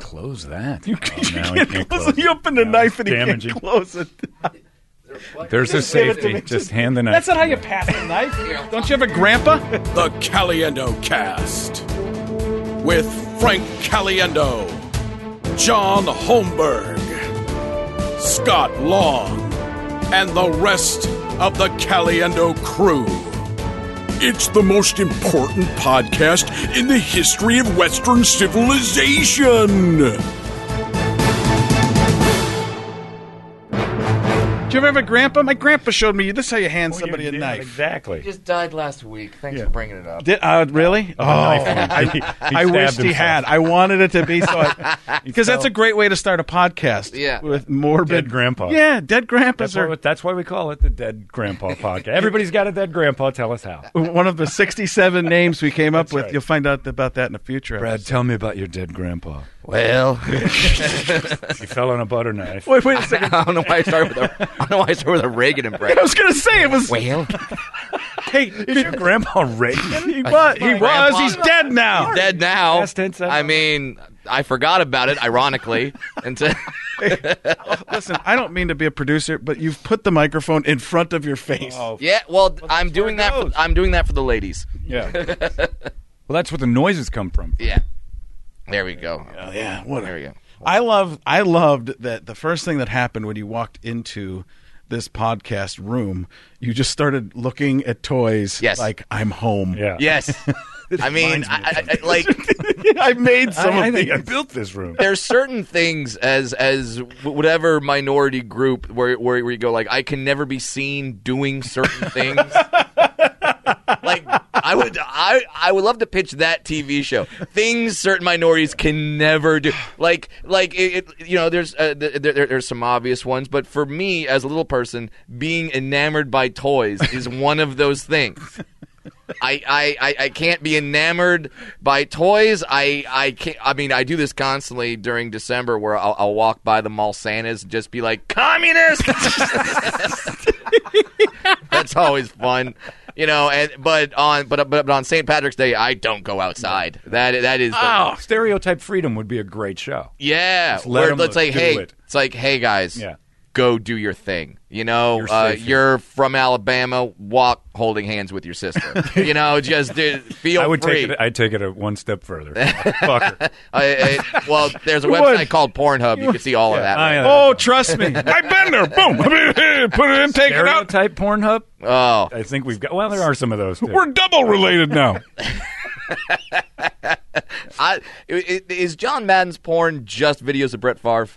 close that. You, Oh, you no, can't close it. You open the No, knife and damaging. you can't close it. There's a give it to safety. me. Just hand the knife. That's not how you pass a knife. Don't you have a grandpa? The Caliendo Cast with Frank Caliendo, John Holmberg, Scott Long, and the rest of the Caliendo crew. It's the most important podcast in the history of Western civilization. Do you ever have a grandpa? My grandpa showed me this is how you hand Oh, somebody you a did. knife. Exactly. just died last week. Thanks Yeah. for bringing it up. Did, uh, really? Oh, I, He- he I stabbed wished he himself. had. I wanted it to be so. Because that's fell. a great way to start a podcast. Yeah. With morbid Dead grandpa. Yeah, dead grandpas That's are why, that's why we call it the Dead Grandpa Podcast. Everybody's got a dead grandpa. Tell us how. one of the 67 names we came up with. right. You'll find out about that in a future. Brad, episode. tell me about your dead grandpa. Well, He fell on a butter knife. Wait, wait a I second. don't know why I started with a, I don't know why I started with a Reagan I impression. was going to say it was. Well, Hey, Is your grandpa Reagan? he was. He was. Grandpa- He's dead now. dead now. Past tense, I don't I know. mean, I forgot about it, ironically, until Listen, I don't mean to be a producer, but you've put the microphone in front of your face. Oh, yeah. Well, I'm doing that. For, goes. I'm doing that for the ladies. yeah. well, that's where the noises come from. Yeah. There we go. Oh, yeah, whatever. There we go. I love I loved that the first thing that happened when you walked into this podcast room, you just started looking at toys Yes. like I'm home. Yeah. Yes. I mean, I, I, I, like. I made some I, I of think I these. built this room. there's certain things as as wh- whatever minority group where where, where you go like I can never be seen doing certain things. like I would I I would love to pitch that TV show. Things certain minorities can never do. Like like it, it, you know there's uh, th- there, there, there's some obvious ones, but for me as a little person, being enamored by toys is one of those things. I, I, I, I can't be enamored by toys. I, I can't. I mean, I do this constantly during December, where I'll, I'll walk by the Malsanas and just be like, "Communist." That's always fun, you know. And but on but but, but on St. Patrick's Day, I don't go outside. That that is. The, Oh, stereotype freedom would be a great show. yeah, let where 'em it's like, do hey, it. it's like, hey guys, Yeah. go do your thing. You know, You're uh, safe here. you're from Alabama. Walk holding hands with your sister. you know, just do, feel I would free. take it. I would take it a one step further. Fucker. I, I, Uh, well, there's a You website would. called Pornhub. You can see all of that. I, uh, Oh, trust me. I've been there. Boom. Put it in, take it out. stereotype Pornhub. Oh, I think we've got. Well, there are some of those. Too. We're double related now. I, i- i- is John Madden's porn just videos of Brett Favre?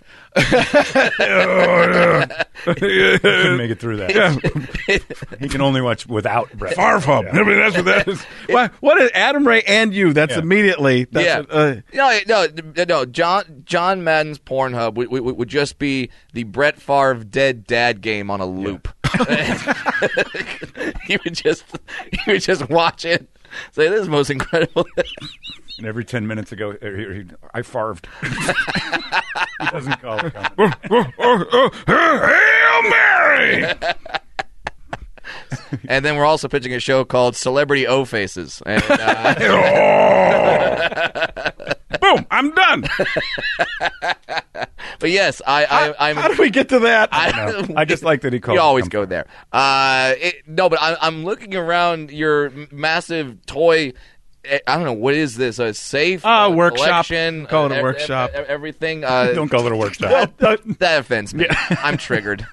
couldn't make it through that. he can only watch without breath. Barf hub. I mean, that's what that is. Why, what is Adam Ray and you? That's Yeah. immediately. That's yeah. what, uh, no, no, th- no. John John Madden's Pornhub would, would, would just be the Brett Favre dead dad game on a loop. he would just he would just watch it. Say this is the most incredible. And every ten minutes ago, er, er, he- I farved. he doesn't call it. Oh, comment. Hail Mary. and then we're also pitching a show called Celebrity O Faces. And, uh, Boom. I'm done. but yes, I, I I'm. How did we get to that? I, I just like that he called. You it always comment. go there. Uh, it, no, but I, I'm looking around your m- massive toy. eh, I don't know what is this a safe uh, Ah, workshop. collection? Uh, Call it a ev- ev- workshop. ev- everything. Uh, Don't call it a workshop. that offends me. I'm triggered.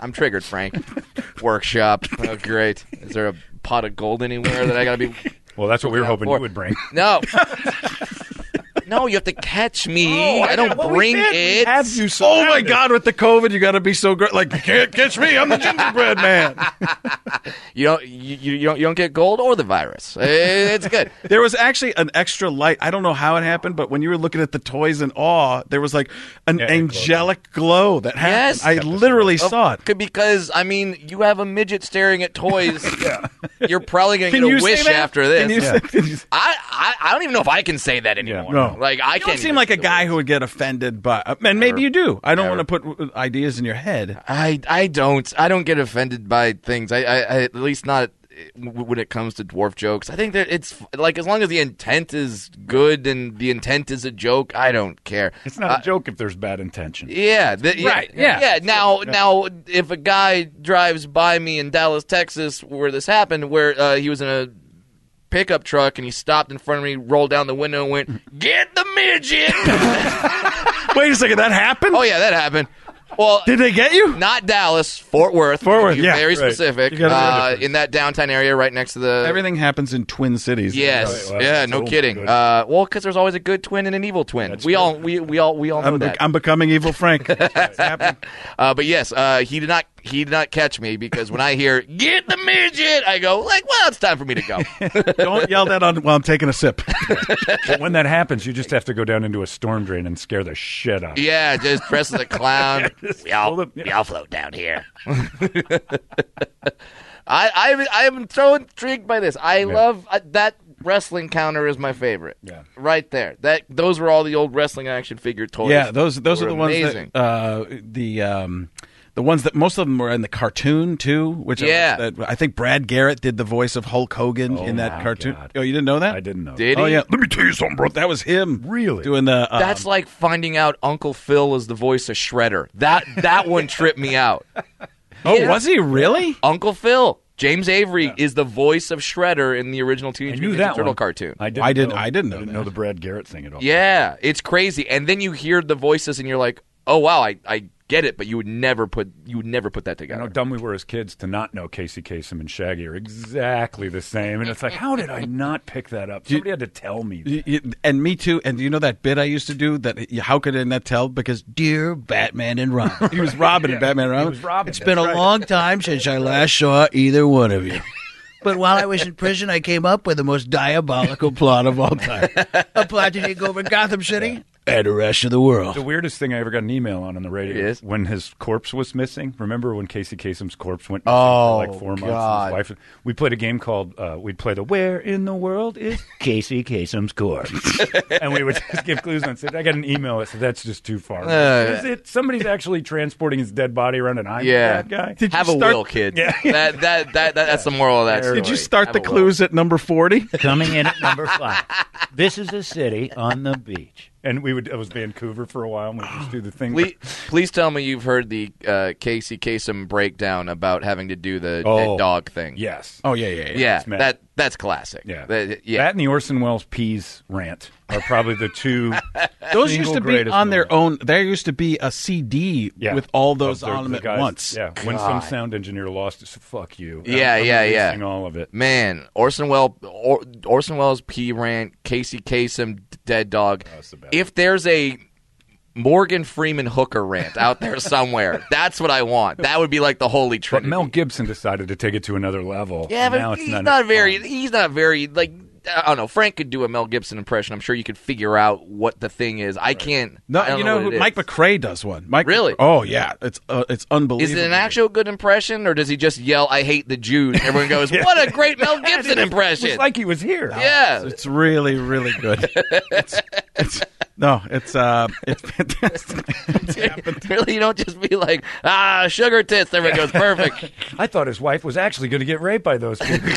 I'm triggered, Frank. Workshop. Oh, great. Is there a pot of gold anywhere that I gotta be? well, that's what we were hoping for- you would bring. No. No, you have to catch me. I don't bring it. Have you? oh my God! With the COVID, you got to be so great. Like, can't catch me. I'm the gingerbread man. You don't. You, you you don't. You don't get gold or the virus. Eh, It's good. there was actually an extra light. I don't know how it happened, but when you were looking at the toys in awe, there was like an Yeah, it glowed. angelic glow that happened. Yes. I literally saw it. Could- Because I mean, you have a midget staring at toys. You're probably gonna get a say wish that? after this. Can you say- can you say- I, I I don't even know if I can say that anymore. No. Like I You can't don't seem even like a do guy it. who would get offended by, and maybe you do. I don't want to put uh, ideas in your head. I I don't I don't get offended by things. I I, I at least not it- w- when it comes to dwarf jokes. I think that it's f- like as long as the intent is good and the intent is a joke, I don't care. It's not a joke if there's bad intention. Yeah, th- yeah, Right, yeah. yeah. Now, now, if a guy drives by me in Dallas, Texas, where this happened, where uh, he was in a pickup truck and he stopped in front of me, rolled down the window, and went, "Get the midget!" Wait a second, that happened? oh yeah, that happened. Well, Did they get you? not Dallas, Fort Worth. Fort Worth, You're yeah, very right. specific. You gotta know the Uh, in that downtown area, right next to the Everything happens in Twin Cities. Yes. Right, well, yeah. that's No so kidding. good. Uh, well, because there's always a good twin and an evil twin. we all we, we all we all know I'm, that. I'm becoming evil Frank. It's happening. Uh, but yes, uh, he did not he did not catch me because when I hear get the midget, I go like, well, it's time for me to go. Don't yell that on while I'm taking a sip. But when that happens, you just have to go down into a storm drain and scare the shit out. of yeah, just press the clown. just we all hold up, yeah. we all float down here. I I I am so intrigued by this. I love uh, that wrestling counter is my favorite. Yeah. Right there. That those were all the old wrestling action figure toys. yeah, those those They are the were ones amazing. that uh, the um, the ones that most of them were in the cartoon too. Which I- Yeah. that- I, think Brad Garrett did the voice of Hulk Hogan in that my cartoon. God. Oh, you didn't know that? I didn't know. Did Oh he? yeah, let me tell you something, bro. That was him. Really? doing the. Um, That's like finding out Uncle Phil is the voice of Shredder. That that one tripped me out. oh, was he really? Uncle Phil, James Avery is the voice of Shredder in the original I Teenage knew Mutant that Ninja Turtle one. cartoon. I didn't. I didn't- Know, I didn't know didn't that. know the Brad Garrett thing at all. yeah, it's crazy. And then you hear the voices, and you're like, oh wow, I, I get it. But you would never put you would never put that You know, together. how dumb we were as kids to not know Casey Kasem and Shaggy are exactly the same. And it's like, how did I not pick that up? Somebody had to tell me. that. Y- y- And me too. And you know that bit I used to do that? y- How could I not tell? Because dear Batman and Robin, he was Robin in Batman and Robin. was Robin, It's been a that's right. long time since I last saw either one of you. But while I was in prison, I came up with the most diabolical plot of all time. A plot to take over Gotham City and the rest of the The world. weirdest thing I ever got an email on on the radio Yes. when his corpse was missing. Remember when Casey Kasem's corpse went missing Oh, for like four God. months? and His wife. We played a game called uh, we'd play the Where in the world is Casey Kasem's corpse, and we would just give clues on it. I got an email that said that's just too far. is it somebody's actually transporting his dead body around and I'm Yeah. that guy? Have a will, kid. That, that, that, that, that's the moral of that. Did you story. start Have the a will. clues at number 40? Coming in at number five. This is a city on the beach. and we would. It was Vancouver for a while, and we would just do the thing. Please, please tell me you've heard the uh, Casey Kasem breakdown about having to do the Oh. dead dog thing. Yes. Oh, yeah, yeah, yeah, it's mad. that that's classic. Yeah. That- yeah. That and the Orson Welles peas rant are probably the two. Single Those used to be greatest on their moment. own. There used to be a CD Yeah. with all those of the- on them the at guys- once. Yeah. When some sound engineer lost it, so fuck you. Yeah, I'm yeah, yeah. releasing All of it. Man, Orson Welles, or, Orson Welles, P. Rant, Casey Kasem, D- Dead Dog. if there's a Morgan Freeman hooker rant out there somewhere, that's what I want. That would be like the holy But trinity. Mel Gibson decided to take it to another level. yeah, and now but it's he's not, not, very. He's not very like. I don't know. Frank could do a Mel Gibson impression. I'm sure you could figure out what the thing is. I can't. I No, don't you know, what it who is. Mike McRae does one. Mike, Really? Oh yeah, it's uh, it's Is unbelievable. it an actual good impression, or does he just yell, "I hate the Jews"? And everyone goes, "What a great Mel Gibson It was impression!" like he was here. yeah, It's really really good. it's, it's no, it's uh, it's fantastic. really, you don't just be like, ah, sugar tits. Everyone goes perfect. I thought his wife was actually going to get raped by those people.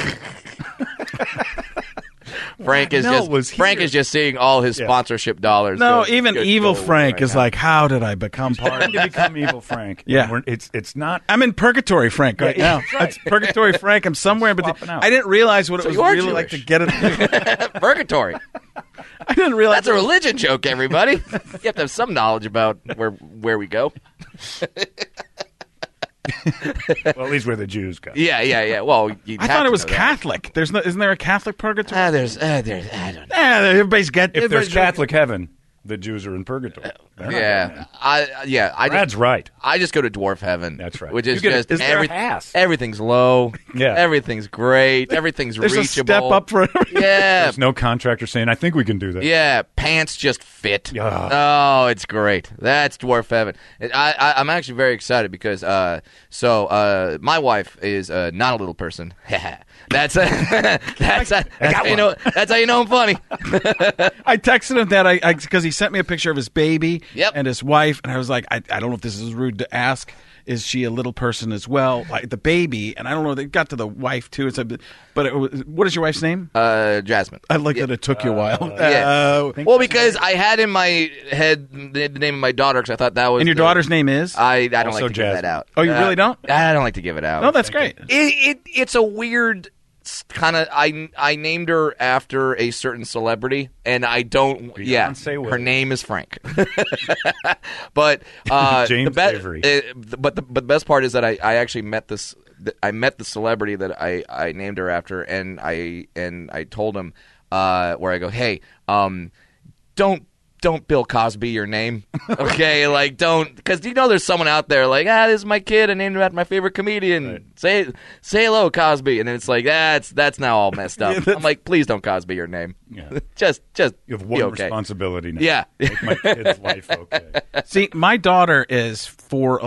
Frank is Mel just was Frank here. is just seeing all his sponsorship dollars. no, go- even go- evil go Frank right is now. like, how did I become part? Trying of to become evil, Frank. Yeah. We're- it's it's not. I'm in purgatory, Frank, right Yeah, now. That's purgatory, Frank. I'm somewhere, but Swapping out. I didn't realize what So it was you are really like to Jewish. get it. I purgatory. didn't realize That's a religion joke, everybody. you have to have some knowledge about where where we go. Well, at least where the Jews go. Yeah, yeah, yeah. Well, you I thought it was Catholic. There's no, isn't there a Catholic purgatory? Ah, there's, ah, there's, I don't know. yeah, everybody's got. If there's everybody's- Catholic heaven, the Jews are in purgatory. They're not getting Yeah, it. I, uh, yeah, I just, Brad's right. I just go to Dwarf Heaven. That's right. Which You is get a- just is there a everyth- house? everything's low. Yeah. everything's great. Everything's There's a reachable. step up for Yeah, There's no contractor saying, I think we can do that. Yeah, pants just fit. Yeah. Oh, it's great. That's dwarf heaven. And I, I I'm actually very excited because uh, so uh, my wife is uh, not a little person. that's a, that's a, that's how you know that's how you know I'm funny. I texted him that I because he sent me a picture of his baby Yep. and his wife, and I was like, I, I don't know if this is rude to ask. is she a little person as well? Like the baby, and I don't know. They got to the wife too. It's a, but it was, what is your wife's name? Uh, Jasmine. I like that it took you a while. yeah. Uh, well, because I had in my head the the name of my daughter because I thought that was. and your the- daughter's name is? I, I don't like Also to give Jasmine. that out. Oh, you Uh, really don't? I don't like to give it out. no, that's great. it, it it's a weird kind of I I named her after a certain celebrity and I don't yeah Beyonce her Williams. name is Frank but uh James the Avery. uh, but the but the best part is that I, I actually met this th- I met the celebrity that I, I named her after and I and I told him uh, where I go hey um don't don't Bill Cosby your name, okay? like don't, because you know there's someone out there like ah, this is my kid, and named him after my favorite comedian. Say say hello, Cosby, and then it's like that's that's now all messed up. I'm like, please don't Cosby your name. Yeah. just just You have be one okay. responsibility now. Yeah. Make my kid's life okay. See, my daughter is four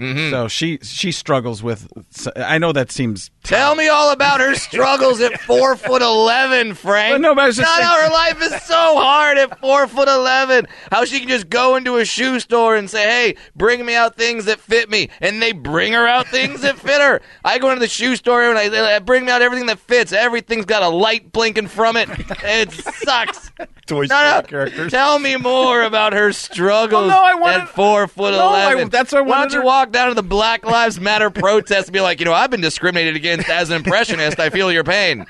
Mm-hmm. so she she struggles with. so- I know that seems. Tell me all about her struggles at four foot eleven, Frank. Well, no, but I was just Not saying- how her life is so hard at four foot eleven. How she can just go into a shoe store and say, "Hey, bring me out things that fit me," and they bring her out things that fit her. I go into the shoe store and I, they bring me out everything that fits. Everything's got a light blinking from it. It sucks. Toy Story No, no. characters. Tell me more about her Well, struggles no, I wanted- at four foot No, Oh, I- eleven. that's what I Why wanted don't you her- walk down to the Black Lives Matter protest and be like, you know, I've been discriminated against as an impressionist. I feel your pain.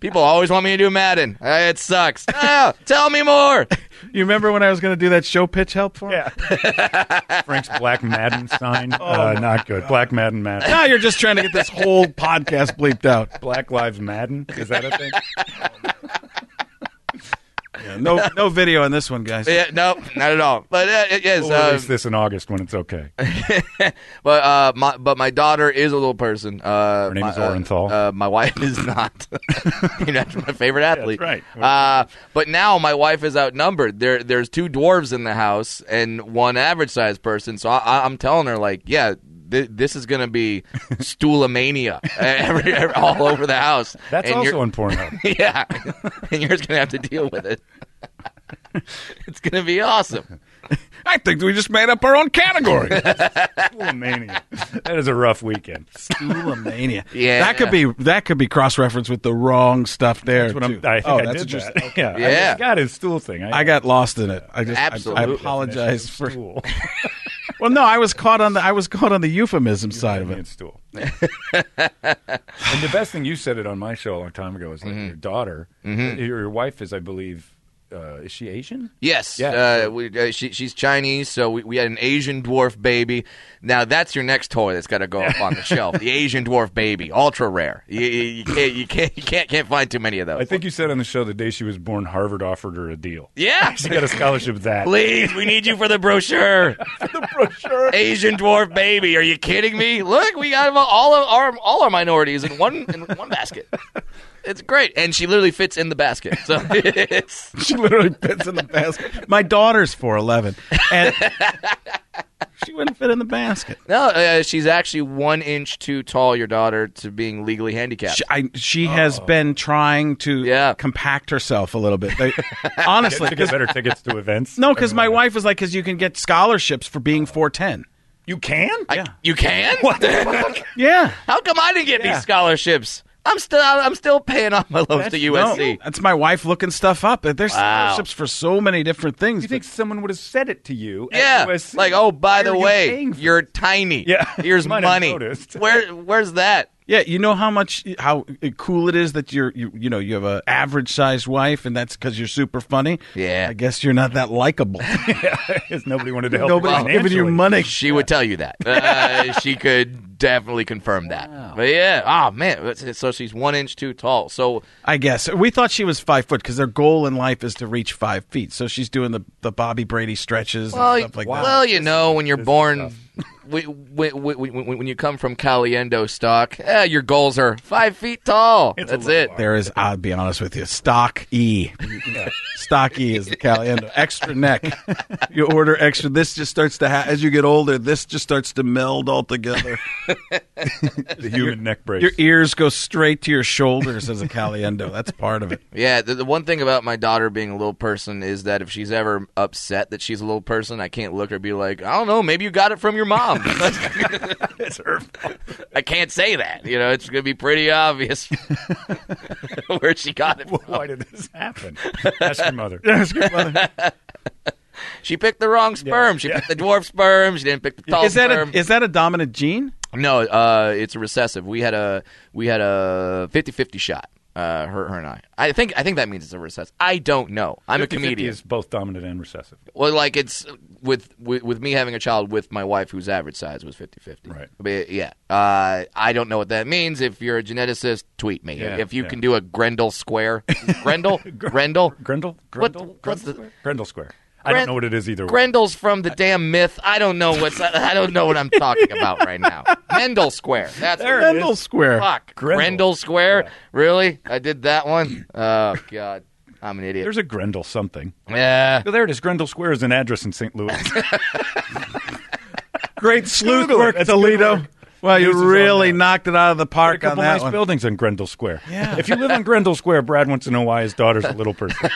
People always want me to do Madden. Uh, It sucks. No, tell me more. You remember when I was going to do that show pitch help for? her? Yeah. Frank's Black Madden sign. uh, not good. Black Madden Madden. Now you're just trying to get this whole podcast bleeped out. Black Lives Madden. Is that a thing? Yeah, no, no video on this one, guys. Yeah, no, not at all. But uh, it is. We'll uh, release this in August when it's okay. but uh, my but my daughter is a little person. Uh, Her name my, is uh, Orenthal. Uh, my wife is not. you know, my favorite athlete. right. Uh, but now my wife is outnumbered. There, there's two dwarves in the house and one average sized person. So I- I, I'm telling her, like, yeah, th- this is going to be stoolamania every, every, all over the house. That's And also you're- on Pornhub. yeah, and you're just going to have to deal with it. it's going to be awesome. I think we just made up our own category. Mania. That is a rough weekend. Stoolamania. Yeah. that could be that could be cross referenced with the wrong stuff there. That's what I'm, too. I think oh, I that's did interesting. that. Yeah, I Yeah. just got his stool thing. I got lost in it. I just I- I, Absolutely. apologize for. stool. Well, no, I was caught on the I was caught on the euphemism side of Convenience it. stool. and the best thing you said it on my show a long time ago is that Mm-hmm. your daughter, your your wife is, I believe, uh, is she Asian? Yes. Yeah. Uh, we, uh, she, she's Chinese, so we, we had an Asian dwarf baby. Now that's your next toy that's got to go up on the shelf. The Asian dwarf baby, ultra rare. You, you, you can't you can't you can't can't find too many of those. I think you said on the show the day she was born, Harvard offered her a deal. yeah. She got a scholarship that. Please, we need you for the brochure. the brochure. Asian dwarf baby. Are you kidding me? Look, we got all of our all our minorities in one in one basket. It's great, and she literally fits in the basket. So it's She literally fits in the basket. My daughter's four eleven, and she wouldn't fit in the basket. no, uh, she's actually one inch too tall. Your daughter to being legally handicapped. She, I, she has been trying to Yeah. compact herself a little bit. They, honestly, To get better tickets to events. no, because my wife was like, because you can get scholarships for being four ten. You can? I- you can? Yeah, How come I didn't get Yeah. these scholarships? I'm still I'm still paying off my loans to No, USC. that's my wife looking stuff up. There's Wow. scholarships for so many different things. you think someone would have said it to you? at Yeah, USC? like oh, by Why the are you way, paying for you're tiny. Yeah. here's You might have money. noticed. Where where's that? Yeah, you know how much how cool it is that you're you, you know you have a average sized wife, and that's because you're super funny. Yeah. I guess you're not that likable. Because nobody wanted to help. her Nobody's giving you financially. money. She would tell you that. Uh, she could definitely confirm that. But yeah, oh man, so she's one inch too tall. So I guess we thought she was five foot because their goal in life is to reach five feet. So she's doing the the Bobby Brady stretches well, and stuff like that. well you know, when you're born, when, when, when, when you come from Caliendo stock, eh, your goals are five feet tall. That's it. There is, I'll be honest with you, stock E. Stock E is the Caliendo. Extra neck. You order extra. This just starts to, ha- as you get older, this just starts to meld all together. The human neck brace. Your ears go straight to your shoulders as a Caliendo. That's part of it. Yeah, the, the one thing about my daughter being a little person is that if she's ever upset that she's a little person, I can't look at her and be like, I don't know, maybe you got it from your mom. dumb. it's her fault. I can't say that. You know, it's going to be pretty obvious where she got it. From. Why did this happen? Ask your mother. She picked the wrong sperm. She picked the dwarf sperm. She didn't pick the tall Is that sperm. a, is that a dominant gene? No, uh, it's a recessive. We had a we had a 50-50 shot. Uh, her, her and I. I think I think that means it's a recessive. I don't know. I'm a 50-50 comedian. is both dominant and recessive. Well, like it's with, with with me having a child with my wife whose average size was 50-50. Right. But yeah. Uh, I don't know what that means. If you're a geneticist, tweet me. Yeah, if you yeah. can do a Grendel square, Grendel, Grendel, Grendel? What- Grendel? Grendel what's the- Square? Grendel Square. I don't Gren- know what it is either. way. Grendel's from the damn myth. I don't know what's I don't know what I'm talking about right now. Mendel Square. That's There what it Mendel is. Square. Fuck. Grendel. Grendel, Square. Really? I did that one. Oh god. I'm an idiot. There's a Grendel something. Yeah. Oh, there it is. Grendel Square is an address in St. Louis. Great sleuth Google it. work, That's Toledo. Well, News is you on really that. knocked it out of the a park on couple that nice one. buildings in Grendel Square. Yeah. If you live on Grendel Square, Brad wants to know why his daughter's a little person.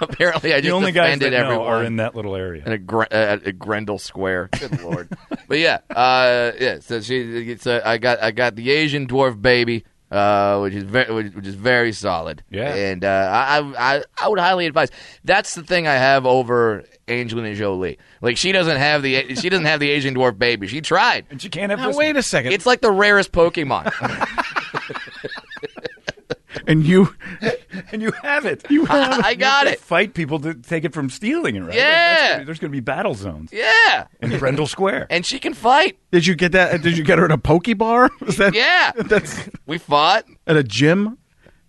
Apparently I The just only guys that offended know everyone. are in that little area. and a, gr- uh, a Grendel Square. Good lord. but yeah, uh, yeah. So she, it's a, I got, I got the Asian dwarf baby, uh, which is very, which, which is very solid. Yeah. And uh, I, I, I- I would highly advise. That's the thing I have over Angelina Jolie. Like she doesn't have the, she doesn't have the Asian dwarf baby. She tried. And she can't have Now, this wait a second. It's like the rarest Pokemon. and you one. And you have it. I, I got You it. Fight people to take it from stealing it, right? Like, Yeah. that's gonna- there's going to be battle zones Yeah. in Grendel Square. And she can fight. did you get that? Did you get her in a poke bar? Is that Yeah. That's We fought. at a gym.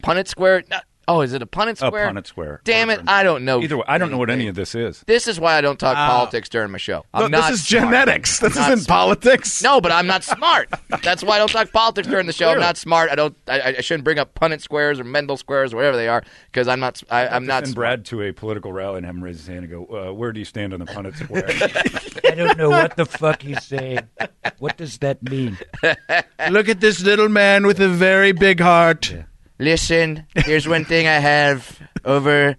Punnett Square. no- Oh, is it a Punnett Up Square? on its square. Damn it! I don't know. Either way, I don't know what any of this is. This is why I don't talk politics during my show. I'm No, not this is smart. genetics. This I'm not isn't smart. politics. No, but I'm not smart. That's why I don't talk politics during the show. I'm not smart. I don't. I, I shouldn't bring up Punnett squares or Mendel squares or whatever they are because I'm not. I, I'm not. Send smart. Brad to a political rally and have him raise his hand and go, uh, "Where do you stand on the Punnett Square?" I don't know what the fuck he's saying. What does that mean? Look at this little man with a very big heart. Listen, here's one thing I have over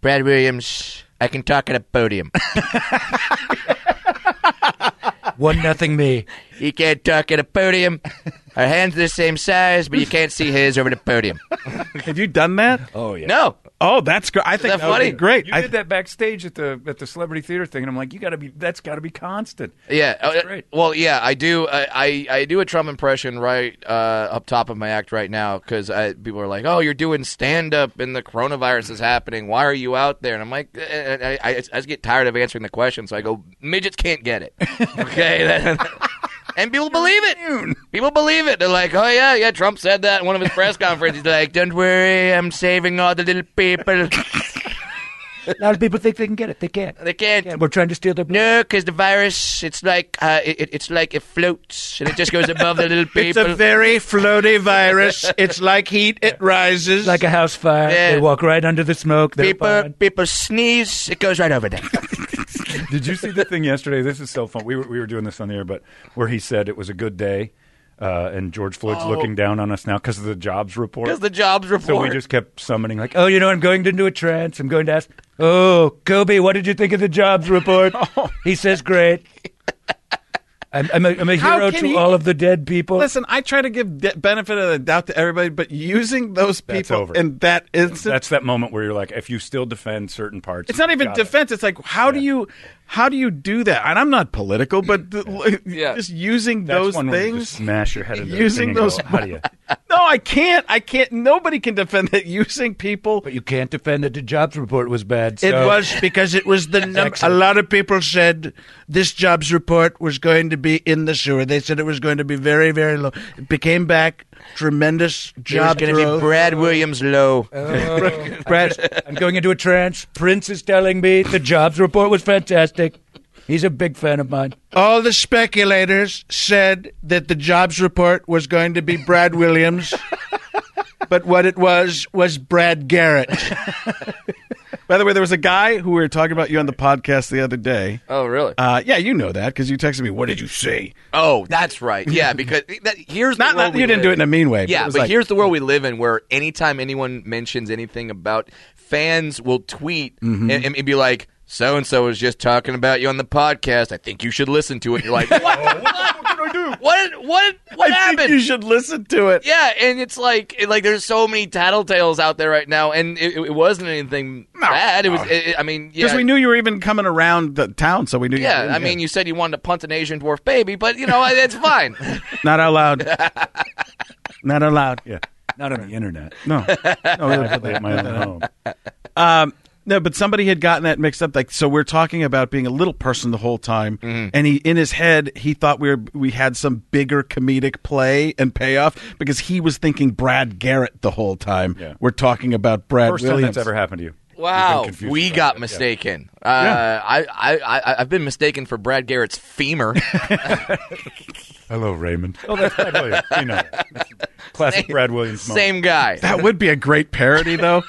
Brad Williams. I can talk at a podium. One nothing me. You can't talk at a podium. Our hands are the same size, but you can't see his over the podium. Have you done that? oh yeah. No, Oh, that's great. I think that that would be funny? Great. You I, did that backstage at the at the celebrity theater thing, and I'm like, you got to be that's got to be constant. Yeah. uh, great. Well, yeah, I do. I, I, I do a Trump impression right uh, up top of my act right now because people are like, "Oh, you're doing stand up, and the coronavirus is happening. Why are you out there?" And I'm like, eh, eh, eh, I, I, I just get tired of answering the question, so I go, "Midgets can't get it." okay. that- And people believe it. People believe it. They're like, "Oh yeah, yeah." Trump said that in one of his press conferences. He's like, "Don't worry, I'm saving all the little people. A lot of people think they can get it. They can't. They can't." We're trying to steal their blood. No, because the virus, it's like uh, it, it- it's like it floats and it just goes above the little It's a people. very floaty virus. It's like heat, it rises. Like a house fire. Yeah. They walk right under the smoke. They're people fine. people sneeze, it goes right over them. Did you see the thing yesterday? This is so fun. We were we were doing this on the air, but where he said it was a good day, uh, and George Floyd's Oh. looking down on us now because of the jobs report. Because the jobs report. so we just kept summoning like, Oh, you know, I'm going into a trance. I'm going to ask, oh, Kobe, what did you think of the jobs report? Oh, He says, great. I'm, I'm, a, I'm a How hero can to he- all of the dead people. Listen, I try to give de- benefit of the doubt to everybody, but using those That's people over. in that instance, that's that moment where you're like, if you still defend certain parts, it's not even got it. defense. It's like how do you how do you do that? And I'm not political, but the, like, Yeah. just using That's those one where you just things. smash your head into the Using thing and those- Go, How do you? No, I can't. I can't. Nobody can defend that. Using people. But you can't defend that the jobs report was bad. It so- was because it was the num- a lot of people said this jobs report was going to be in the sewer. They said it was going to be very very low. It became back tremendous There's job going to be growth. Brad Williams low. Oh. Brad, I'm going into a trance. Prince is telling me the jobs report was fantastic. He's a big fan of mine. All the speculators said that the jobs report was going to be Brad Williams. But what it was was Brad Garrett. By the way, there was a guy who we were talking about you on the podcast the other day. oh, really? Uh, yeah, you know that because you texted me. What did you say? oh, that's right. Yeah, because that, here's Not, the world not we you didn't live do it in a mean way. Yeah, it but was like- here's the world we live in where Mm-hmm. anytime anyone mentions anything about fans will tweet and, and be like, so and so was just talking about you on the podcast. I think you should listen to it. You're like, what? what? What? What happened? should listen to it. yeah, and it's like it- like there's so many tattletales out there right now, and it, it wasn't anything bad. It was. It, it- I mean, yeah. Because we knew you were even coming around the town, so we knew. yeah, I mean, you said you wanted to punt an Asian dwarf baby, but you know it's fine. not out loud. not out loud. Yeah. Not on the internet. No, no, really. Play at my own home. Um, no, but somebody had gotten that mixed up. Like, so we're talking about being a little person the whole time, and he in his head he thought we were we had some bigger comedic play and payoff because he was thinking Brad Garrett the whole time. Yeah. We're talking about Brad First time Williams. that's ever happened to you. Wow, confused we about got it, yeah. mistaken. Yeah. Uh, I, I, I, I've been mistaken for Brad Garrett's femur. Hello, Raymond. Oh, that's Brad Williams. You know, classic Brad Williams. Moment. Same guy. That would be a great parody, though.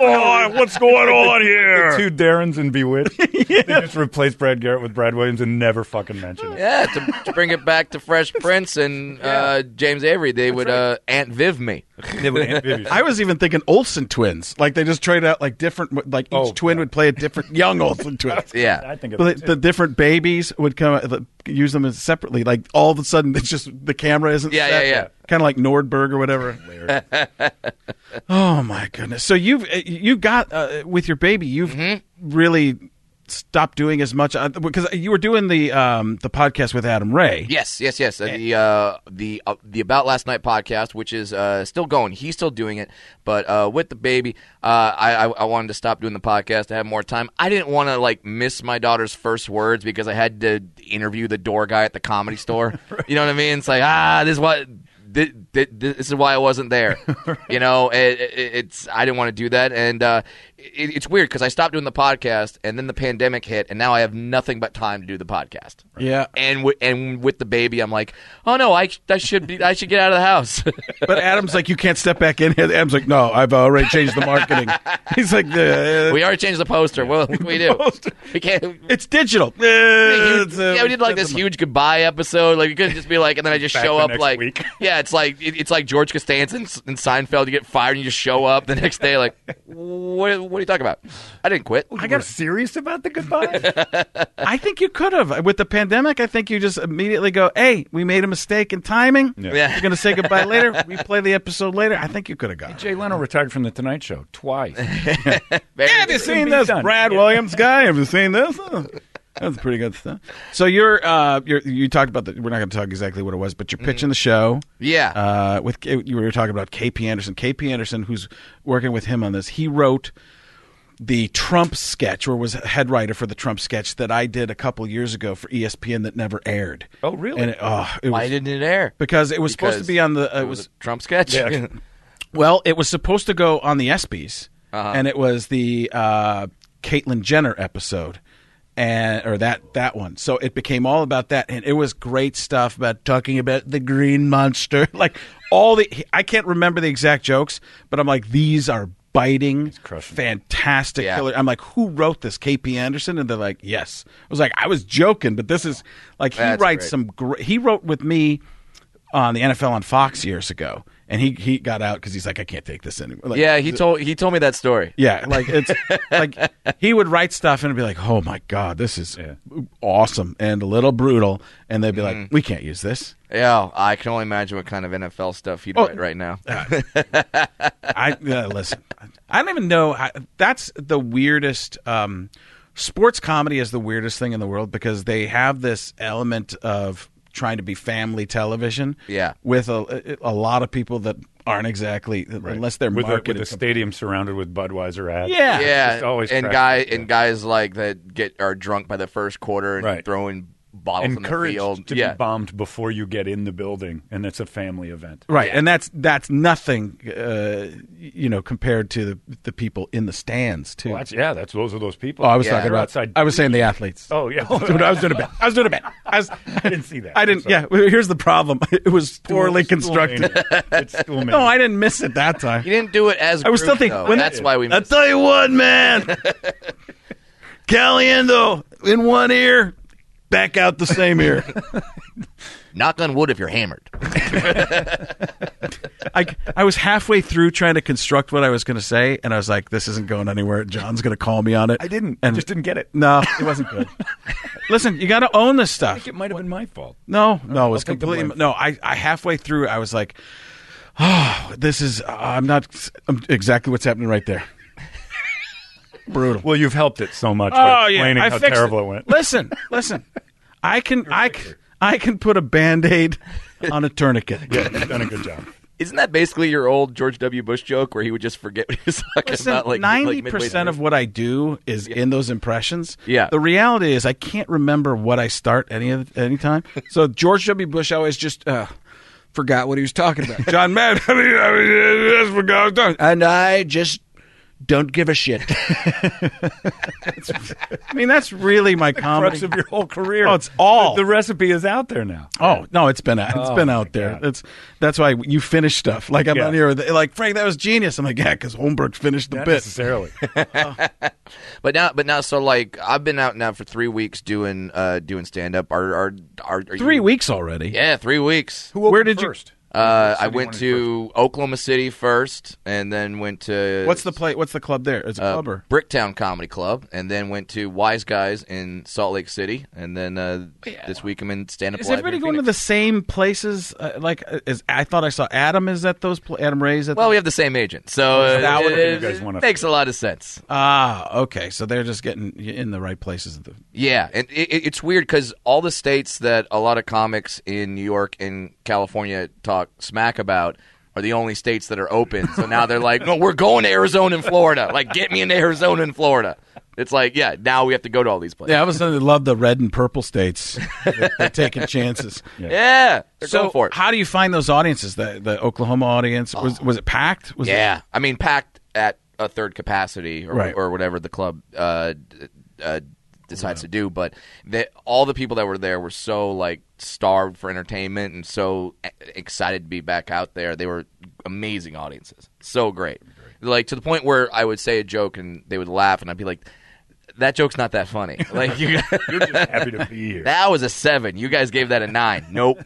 Oh, what's going on here? The two Darrens in Bewitched. They just replaced Brad Garrett with Brad Williams and never fucking mention it. Yeah, to, to bring it back to Fresh Prince and uh, James Avery, they would uh, Aunt Viv me. They would amphibious. I was even thinking Olsen twins. Like they just trade out like different. Like each Oh, twin would play a different young Olsen twin. Yeah. I think of But it. the, the different babies would come uh, the, use them as separately. Like all of a sudden, it's just the camera isn't. Yeah, set. yeah, yeah. Kind of like Nordberg or whatever. oh my goodness! So you've uh, you got uh, with your baby, you've Mm-hmm. really stopped doing as much uh, because you were doing the um, the podcast with Adam Ray. Yes, yes, yes. Uh, the uh, the uh, the About Last Night podcast, which is uh, still going. He's still doing it, but uh, with the baby, uh, I, I I wanted to stop doing the podcast to have more time. I didn't want to like miss my daughter's first words because I had to interview the door guy at the comedy store. You know what I mean? It's like ah, this is what. thi- thi- This is why I wasn't there, you know. It, it, it's I didn't want to do that, and uh, it, it's weird because I stopped doing the podcast, and then the pandemic hit, and now I have nothing but time to do the podcast Yeah. and w- and with the baby, I'm like, oh no, I I should be I should get out of the house. But Adam's like, you can't step back in here. Adam's like, no, I've already changed the marketing. He's like, uh, we already changed the poster. Well, we do. We can't. it's digital. Uh, it's, uh, yeah, we did like this huge goodbye episode. Like, we couldn't just be like, and then I just Back show the up. next Like, week. yeah, it's like it, it's like George Costanza and, and Seinfeld. You get fired, and you just show up the next day. Like, what what are you talking about? I didn't quit. I got serious about the goodbye. I think you could have with the pandemic. I think you just immediately go, "Hey, we made a mistake in timing. Yeah. We're going to say goodbye later. We play the episode later." I think you could have got. Jay Leno retired from the Tonight Show twice. Very- Have you seen be this done. Brad Williams guy? Have you seen this? Oh, that's pretty good stuff. So you're, uh, you're you talked about the. We're not going to talk exactly what it was, but you're pitching the show. Yeah. Uh, with you were talking about KP Anderson. KP Anderson, who's working with him on this, he wrote the Trump sketch, or was head writer for the Trump sketch that I did a couple years ago for E ESPN that never aired. Oh, really? And it, oh, it Why was- didn't it air? because it was supposed Because to be on the. uh, it It was was a Trump sketch. Yeah. well, it was supposed to go on the ESPYS, Uh-huh. and it was the uh, Caitlyn Jenner episode, and or that that one. So it became all about that, and it was great stuff about talking about the Green Monster, like all the. I can't remember the exact jokes, but I'm like, these are biting, fantastic Yeah. killer. I'm like, who wrote this? KP Anderson, and they're like, yes. I was like, I was joking, but this is like he That's writes great. some. Gr- he wrote with me on the NFL on Fox years ago, and he he got out because he's like, I can't take this anymore. Like, yeah, he told he told me that story. yeah, like it's like he would write stuff and it'd be like, oh my god, this is awesome and a little brutal, and they'd be like, we can't use this. Yeah, I can only imagine what kind of NFL stuff he'd Oh, write right now. I uh, listen. I don't even know. I, that's the weirdest. Um, sports comedy is the weirdest thing in the world because they have this element of trying to be family television. Yeah. with a a lot of people that aren't exactly unless they're with a, marketed. with a completely. stadium surrounded with Budweiser ads. Yeah. yeah, Just always and cracks guy me up. and guys like that get are drunk by the first quarter and Right. throwing bottles Encouraged in the field. to yeah, be bombed before you get in the building, and it's a family event. Right, and that's that's nothing, uh, you know, compared to the, the people in the stands too. Well, that's, yeah, that's those are those people. oh, I was Yeah. talking They're about. outside- I was saying the athletes. Oh yeah, Dude, I was doing a bit. I was doing a bit. I, was, I didn't see that. I didn't. I'm sorry. Yeah, well, here's the problem. It was Stool- poorly stool constructed. mania. It's stool No, mania. I didn't miss it that time. you didn't do it as. I was still group, thinking. though. when- that's why we. I'll Missed. tell you what, man. Caliendo in one ear, back out the same ear. Knock on wood if you're hammered. I, I was halfway through trying to construct what I was going to say, and I was like, this isn't going anywhere. John's going to call me on it. I didn't. I And just didn't get it. No, it wasn't good. Listen, you got to own this I stuff. think it might have been my fault. No, no, it's take the completely. blame. No, I, I halfway through, I was like, oh, this is, I'm not I'm exactly what's happening right there. Brutal. Well, you've helped it so much by explaining how Oh, fixed terrible it, went. Listen, listen. I can, I can, I can put a band aid on a tourniquet. Yeah, you've done a good job. Isn't that basically your old George W. Bush joke where he would just forget what he was talking about? Like like ninety midway percent through? of what I do is in those impressions. Yeah. The reality is, I can't remember what I start any of any time. so George W. Bush always just uh, forgot what he was talking about. John Madden, I mean, I mean, I just forgot what I was talking. And I just don't give a shit. I mean, that's really my Crux comedy. of your whole career. Oh, it's all- the, the recipe is out there now. Oh no, it's been out. It's been my out there. God. That's that's why you finish stuff. Like I'm Yeah. on here, with- like Frank, that was genius. I'm like, yeah, because Holmberg finished the Not bit. necessarily. But now, but now, so like I've been out now for three weeks doing uh doing stand up. Are are are, are you- Three weeks already. Yeah, three weeks. Where did you- you? Uh, I went to Oklahoma City first, and then went to What's the play? What's the club there? It's a uh, club or Bricktown Comedy Club, and then went to Wise Guys in Salt Lake City, and then uh, this week I'm in stand up. Is everybody going to the same places? Uh, like, uh, is, I thought I saw Adam is at those. Pl- Adam Ray's at. Well, we have the same agent, so uh, That would- it, you guys it wanna- makes a lot of sense. ah, okay. So they're just getting in the right places. Yeah, and it, it- it's weird because all the states that a lot of comics in New York and California talk smack about are the only states that are open. So now they're like, no, we're going to Arizona and Florida. Like, get me into Arizona and Florida. It's like, yeah, now we have to go to all these places. Yeah, I was going to love the red and purple states. they're, they're taking chances. Yeah, yeah they're So, going for it. Oh. how do you find those audiences? The the Oklahoma audience was was it packed? Was it- yeah, I mean, packed at a third capacity or, Right. or whatever the club uh, d- uh, decides to do. But they, all the people that were there were so like starved for entertainment and so e- excited to be back out there. They were amazing audiences, so great. Like to the point where I would say a joke and they would laugh, and I'd be like, "That joke's not that funny." Like you, You're just happy to be here. that was a seven. You guys gave that a nine. Nope.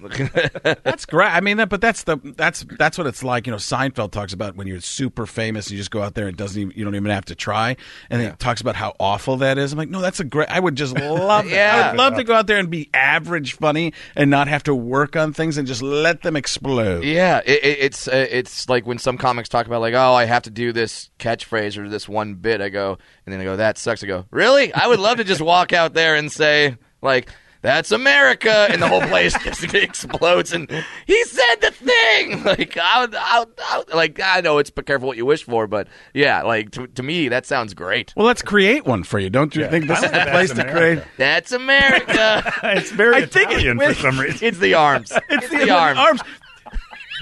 that's great. I mean, that, but that's the that's that's what it's like. You know, Seinfeld talks about when you're super famous, you just go out there and it doesn't even you don't even have to try. And then it talks about how awful that is. I'm like, no, that's a great. I would just love. that. I Yeah. would love to go out there and be average funny and not have to work on things and just let them explode. Yeah, it, it, it's uh, it's like when some comics talk about like, oh, I have to do this catchphrase or this one bit. I go, and then I go, that sucks. I go, really? I would love to just walk out there and say like, that's America, and the whole place just explodes. And he said the thing. Like I would, I would, I would- like I know it's be careful what you wish for, but yeah, like to, to me that sounds great. Well, let's create one for you. Don't you think this is the place to America. create? That's America. It's very I think it- Italian when- for some reason. it's the arms. It's, the, arms. Arms.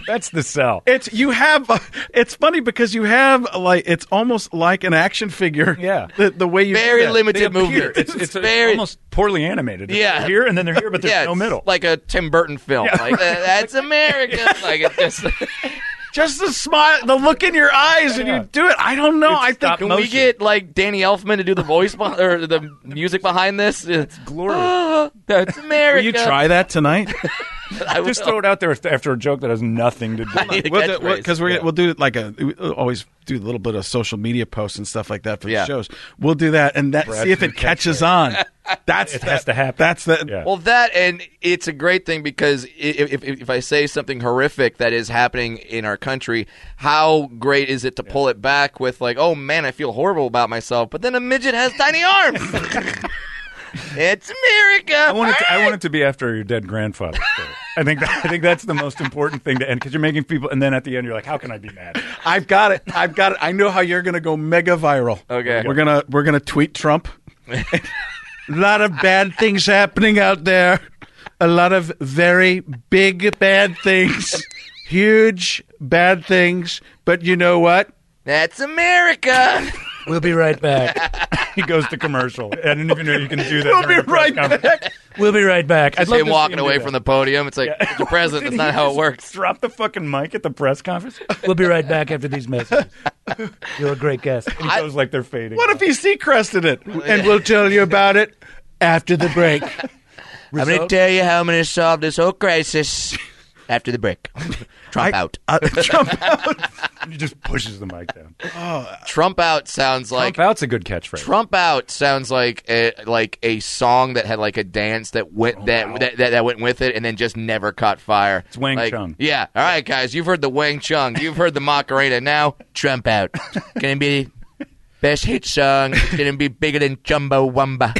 That's the sell. It's you have. uh, It's funny because you have like it's almost like an action figure. Yeah. the, the way you Very yeah. They limited appear. movement. It's, it's very almost poorly animated. It's Yeah. here and then they're here, but there's yeah, no it's middle. Like a Tim Burton film. like "Uh, that's America. Like it's just Just the smile, the look in your eyes when Yeah. you do it. I don't know. I think stop Can motion. we get like Danny Elfman to do the voice beh- or the music behind this? It's glorious. that's America. Will you try that tonight? I Just will. throw it out there after a joke that has nothing to do. with it. The we'll do, catchphrase. because we're we'll do like a we uh, always do a little bit of social media posts and stuff like that for Yeah. the shows. We'll do that and that see if it catches on. That's It has to happen. That's the Yeah. Well, that and it's a great thing because i- if, if if I say something horrific that is happening in our country, how great is it to pull it back with like, oh man, I feel horrible about myself, but then a midget has tiny arms. it's America. I want, it to, I want it to be after your dead grandfather. story. I think that, I think that's the most important thing to end because you're making people, and then at the end you're like, how can I be mad? I've got it. I've got it. I know how you're gonna go mega viral. Okay. We're gonna we're gonna tweet Trump. a lot of bad things happening out there. A lot of very big bad things. Huge bad things. But you know what? That's America. We'll be right back. he goes to commercial. I didn't even know you can do that. We'll during be a press right conference. back. We'll be right back. I'd Just love him to see walking do away that. from the podium. It's like the president. Did That's he not how it just works. Drop the fucking mic at the press conference. We'll be right back after these messages. You're a great guest. It goes like they're fading. What if he sea crested it? and we'll tell you about it after the break. I'm going to tell you how I'm going to solve this whole crisis after the break. Trump out. He just pushes the mic down. Trump out sounds like Trump out's a good catchphrase. Trump out sounds like a, like a song that had like a dance that Oh, went that, that, that that went with it and then just never caught fire. It's Wang like, Chung. Yeah. All right, guys, you've heard the Wang Chung, you've heard the Macarena. Now Trump out. Gonna be best hit song. It's gonna be bigger than Jumbo Wumba.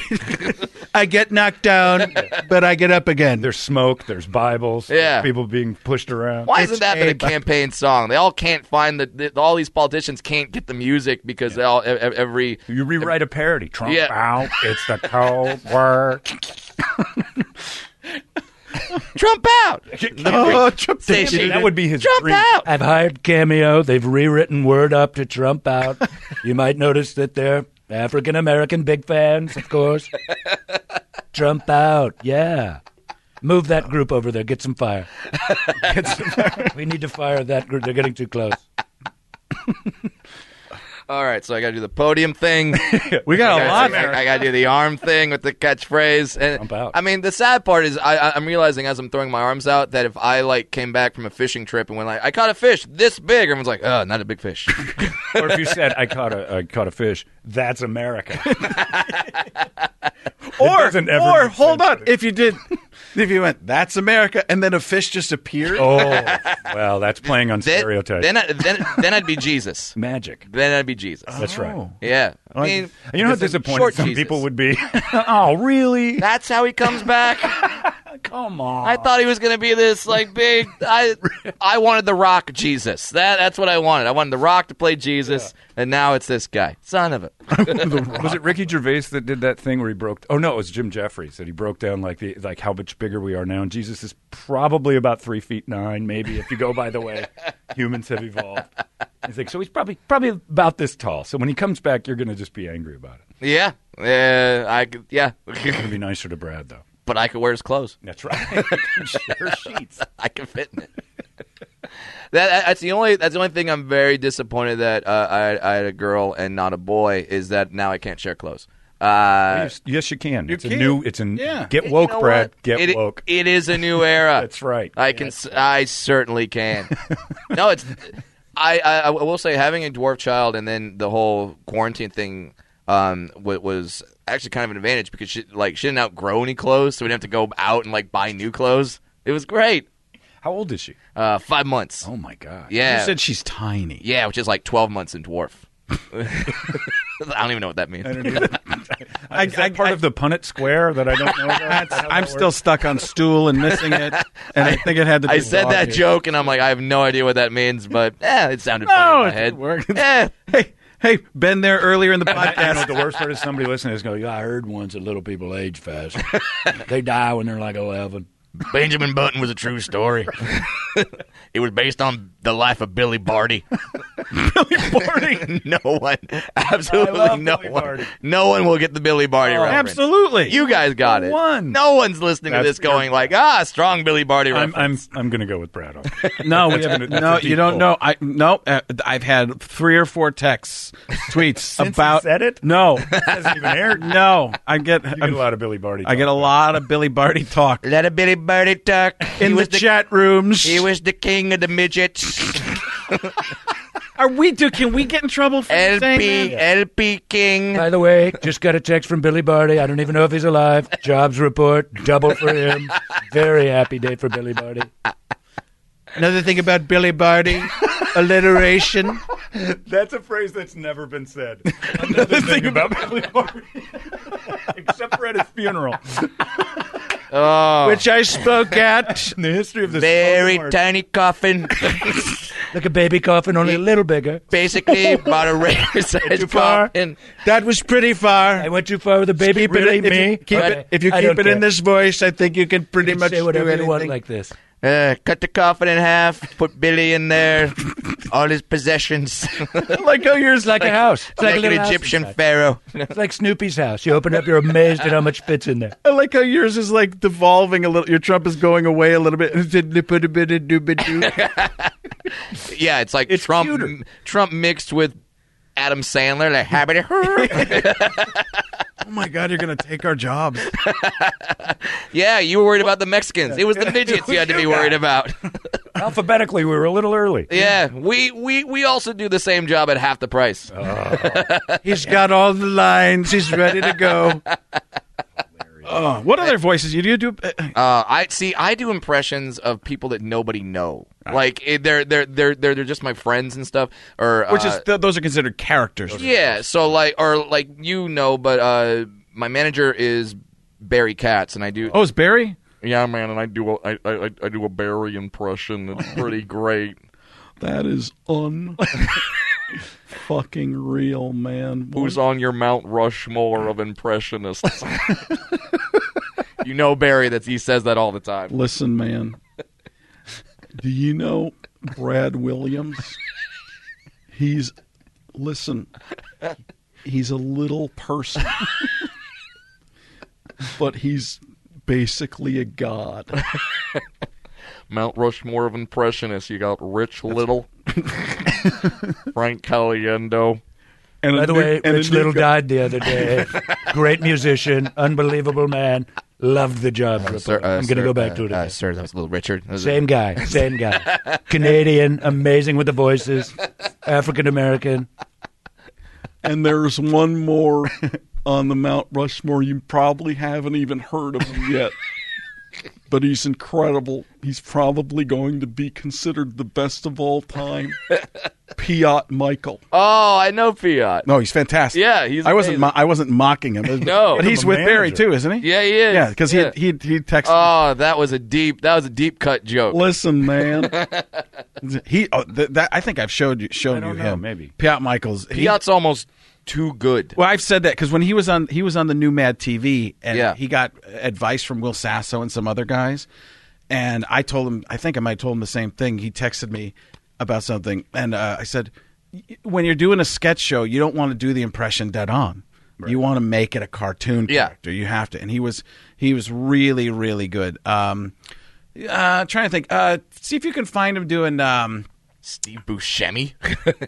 I get knocked down, but I get up again. There's smoke. There's Bibles. there's Yeah. people being pushed around. Why hasn't It's that been a a bu- campaign song? They all can't find the, the all these politicians can't get the music because they all e- e- every You rewrite a parody. Trump Yeah. out. It's the cold war. Trump out. Oh, Trump Station. That would be his Trump dream. out. I've hired Cameo. They've rewritten Word Up to Trump Out. you might notice that they're African American big fans, of course. Trump Out, yeah. Move that group over there. Get some fire. Get some fire. we need to fire that group. They're getting too close. All right, so I got to do the podium thing. We got a lot. I, I gotta do the arm thing with the catchphrase. And Pump out. I mean, the sad part is I, I, I'm realizing as I'm throwing my arms out that if I like came back from a fishing trip and went like, I caught a fish this big, everyone's like, oh, not a big fish. or if you said, "I caught a I caught a fish," that's America. Or, doesn't ever or make hold sense on, if you did, if you went, that's America, and then a fish just appeared. oh, well, that's playing on then, stereotypes. then, I, then, then I'd be Jesus. Magic. Then I'd be Jesus. That's right. Yeah. I mean, You know how it's a disappointed short some Jesus. people would be. oh, really? That's how he comes back. Come on. I thought he was going to be this like big. I I wanted the Rock Jesus. That that's what I wanted. I wanted the Rock to play Jesus, and now it's this guy. Son of a. was it Ricky Gervais that did that thing where he broke? Oh no, it was Jim Jeffries that he broke down like the like how much bigger we are now. And Jesus is probably about three feet nine, maybe if you go by the way humans have evolved. He's like, so he's probably probably about this tall. So when he comes back, you're going to just be angry about it. Yeah. Yeah. I could- yeah. It'd be nicer to Brad though. but I could wear his clothes. That's right. Share sheets. I could fit in it. that, that's the only. That's the only thing I'm very disappointed that uh, I, I had a girl and not a boy. Is that now I can't share clothes. Uh, yes, you can. it's can. a new. It's an Yeah. get woke, you know Brad. what? Get It- woke. It is a new era. That's right. I can. s I certainly can. no, it's. I, I I will say having a dwarf child and then the whole quarantine thing um wa- was actually kind of an advantage because she like she didn't outgrow any clothes, so we didn't have to go out and like buy new clothes. It was great. How old is she? Uh, five months. Oh my god. yeah. You said she's tiny. Yeah, which is like 12 months in dwarf. I don't even know what that means. I, is that part of the Punnett Square that I don't know about? I'm still stuck on stool and missing it, and I, think it had to. Do I with said that dog. joke and I'm like, I have no idea what that means, but eh, it sounded funny in my it head. didn't work. Eh, Hey, hey, been there earlier in the podcast. You know, the worst part is somebody listening is going, yeah, I heard once that little people age fast. they die when they're like 11. Benjamin Button was a true story. it was based on the life of Billy Barty. Billy Barty? no one, absolutely no Billy one, Barty. no one will get the Billy Barty reference. Oh, Absolutely. You guys got it. one. No one's listening to That's- this going like, ah, strong Billy Barty I'm reference. I'm I'm going to go with Brad. on that. no, we That's haven't. a- No, that's a you deep hole. don't know. I no. Uh, I've had three or four texts, tweets about. said it? No, hasn't even aired. You no. I get. get a I'm- lot of Billy Barty. I get a talk. lot of Billy Barty talk Let a Billy Barty talk. in the, chat rooms. He was the king of the midgets. Are we? Do can we get in trouble for saying LP, that? LP king. By the way, just got a text from Billy Barty. I don't even know if he's alive. Jobs report, double for him. Very happy day for Billy Barty. Another thing about Billy Barty, alliteration. That's a phrase that's never been said. Another thing about Billy Barty, except for at his funeral. which I spoke at. In the history of this, Oh, Very podcast, tiny coffin. Like a baby coffin, only a little bigger. Basically, about a regular size far. coffin. That was pretty I far. went too far with the baby. Keep really, it, if me? You keep Okay. it, if you I keep don't it in care. this voice, I think you can pretty You much say whatever do you anything. want like this. Uh, cut the coffin in half. Put Billy in there. All his possessions. Like oh, yours, like, a house. It's like, a like an little house Egyptian inside. pharaoh. It's like Snoopy's house. You open up, you're amazed at how much fits in there. I like how yours is like devolving a little. Your Trump is going away a little bit. Put a bit of doobie-doo. Yeah, it's like Trump. Trump mixed with Adam Sandler. Like habity. oh my God, you're going to take our jobs. Yeah, you were worried about the Mexicans. It was the midgets you had to be worried about. Alphabetically, we were a little early. Yeah, we, we, we also do the same job at half the price. Uh-huh. He's got all the lines. He's ready to go. Oh, what other voices you do? do Uh, I see. I do impressions of people that nobody know. Like it, they're they're they're they're they're just my friends and stuff. Or which is uh, th- those are considered characters. yeah. So like or like you know, but uh, my manager is Barry Katz, and I do. Oh, is Barry? Yeah, man, and I do a, I, I, I do a Barry impression. It's pretty great. That is un fucking real, man. Who's on your Mount Rushmore of impressionists? you know Barry that he says that all the time. Listen, man. Do you know Brad Williams? He's listen. He's a little person. but he's basically a god. Mount Rushmore of impressionists. You got Rich Little, Frank Caliendo. And By the way, Rich Little guy. died the other day. Great musician, unbelievable man. Loved the job. Ripple. I'm going to go back to it. again. Uh, sir, uh, that was Little Richard. That was- Same guy, same guy. Canadian, amazing with the voices. African American. And there's one more on the Mount Rushmore you probably haven't even heard of him yet. But he's incredible. He's probably going to be considered the best of all time. Piot Michael. Oh, I know Fiat. No, he's fantastic. Yeah, he's I wasn't. amazing. I wasn't mocking him. No. but he's The with Barry manager. too, isn't he? Yeah, he is. Yeah, because Yeah. he he he texted. Oh, that was a deep. That was a deep cut joke. Listen, man. he oh, th- that I think I've showed you shown you don't know, him. maybe. Piot Michaels. he- Fiat's almost too good. Well, I've said that because when he was on, he was on the new Mad TV, and Yeah. he got advice from Will Sasso and some other guys. And I told him, I think I might have told him the same thing. He texted me about something, and uh, I said, "Y- when you're doing a sketch show, you don't want to do the impression dead on. You want to make it a cartoon Yeah. character. You have to. And he was, he was really, really good. Um, uh, trying to think. Uh, see if you can find him doing. Um, Steve Buscemi.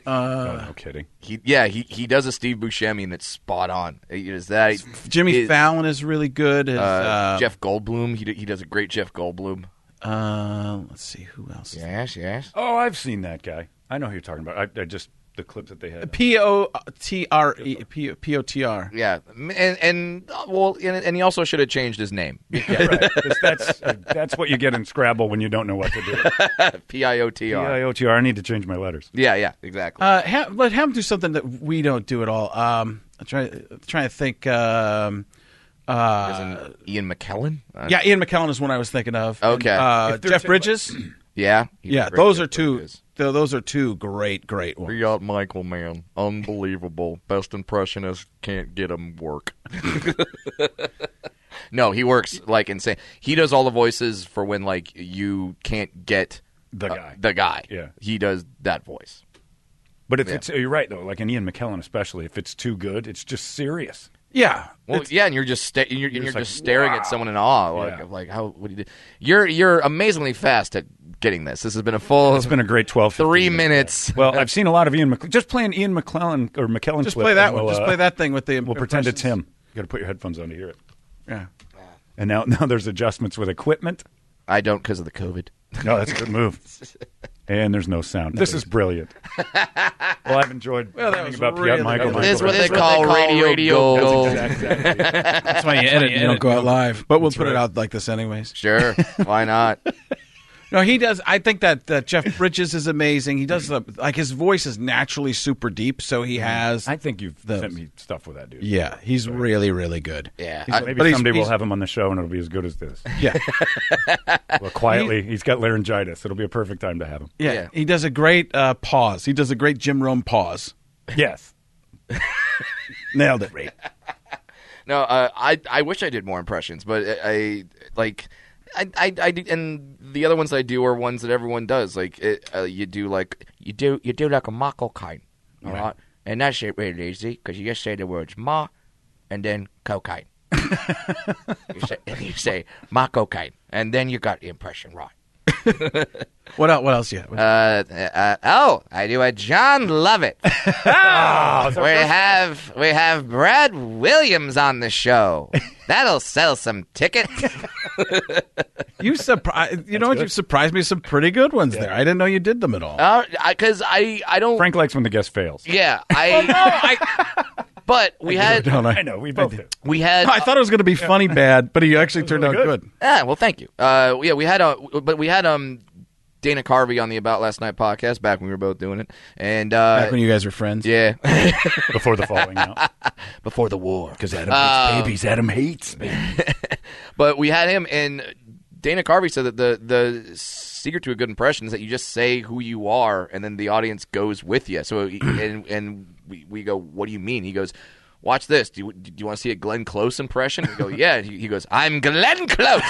Oh, no kidding. he, yeah, he, he does a Steve Buscemi and it's spot on. It is that Jimmy it- Fallon is really good. His, uh, uh, Jeff Goldblum. He d- he does a great Jeff Goldblum. uh, let's see who else. is Yes, yes. Oh, I've seen that guy. I know who you're talking about. I, I just the clip that they had. P O T R E P P O T R. Yeah, and and uh, well, and, and he also should have changed his name. Yeah, right. 'Cause that's uh, that's what you get in Scrabble when you don't know what to do. P I O T P R. I O T R. I need to change my letters. Yeah, yeah, exactly. Uh, ha- let him do something that we don't do at all. Um, I'm trying, I'm trying to think. Um, uh, Isn't Ian McKellen. Uh, yeah, Ian McKellen is one I was thinking of. Okay. Uh, they're Jeff t- Bridges. yeah, He's yeah, great those Jeff are two. Bridges. th- those are two great, great ones. Fiat Michael, man, unbelievable. Best impressionist can't get him work. No, he works like insane. He does all the voices for when like you can't get The uh, guy. the guy. Yeah. he does that voice. But if Yeah. it's you're right though, like in Ian McKellen especially, if it's too good, it's just serious. Yeah. Well, yeah, and you're just sta- you're, you're, just just, like, staring at someone in awe, like, Yeah. like how what do you do? You're you're amazingly fast at getting this. This has been a full It's been a great twelve. 15 three minutes. Well, I've seen a lot of Ian. Mc- just playing Ian McClellan or McKellen. Just clip play that and one. we'll, Just uh, play that thing with the. We'll pretend it's him. You got to put your headphones on to hear it. And now, now there's adjustments with equipment. I don't because of the COVID. No, that's a good move. And there's no sound. This is brilliant. well, I've enjoyed Well, that learning was about really Piot Michael. good. Michael This is what Bennett. they call radio, gold. That's why you edit. You don't go out live, but we'll put it out like this anyways. Sure, why not? No, he does. I think that, that Jeff Bridges is amazing. He does the, like his voice is naturally super deep, so he has. I think you've Those. sent me stuff with that dude. yeah, he's really really good. Yeah, He's- I- maybe but he's- someday we'll he's- have him on the show and it'll be as good as this. Yeah, Well, quietly, he's got laryngitis. It'll be a perfect time to have him. yeah. He does a great uh, pause. He does a great Jim Rome pause. Yes. Nailed it. No, uh, I I wish I did more impressions, but I, I like I, I I do, and the other ones I do are ones that everyone does. Like it, uh, you do like you do you do like a mako kind, all right? And that's it really easy because you just say the words ma, and then cocaine. you say you say ma cocaine, and then you got the impression right. What else? What else? Yeah. Uh, uh, oh, I do a John Lovett. we have we have Brad Williams on the show. That'll sell some tickets. you surpri- You know what? You surprised me with some pretty good ones there. I didn't know you did them at all. Uh, Because I, I don't. Frank likes when the guest fails. Yeah, I. but we had don't I? I know we both do. we had. I thought it was going to be funny bad, but he actually turned out good. Ah, well, thank you. Uh, yeah, we had a, but we had um Dana Carvey on the About Last Night podcast back when we were both doing it, and uh, Back when you guys were friends. yeah, before the falling out. before the war. Because Adam hates babies. Adam hates babies. But we had him, and Dana Carvey said that the the secret to a good impression is that you just say who you are, and then the audience goes with you. So and and we, we go, what do you mean? He goes. Watch this. Do you, do you want to see a Glenn Close impression? We go, yeah. And He, he goes, I'm Glenn Close.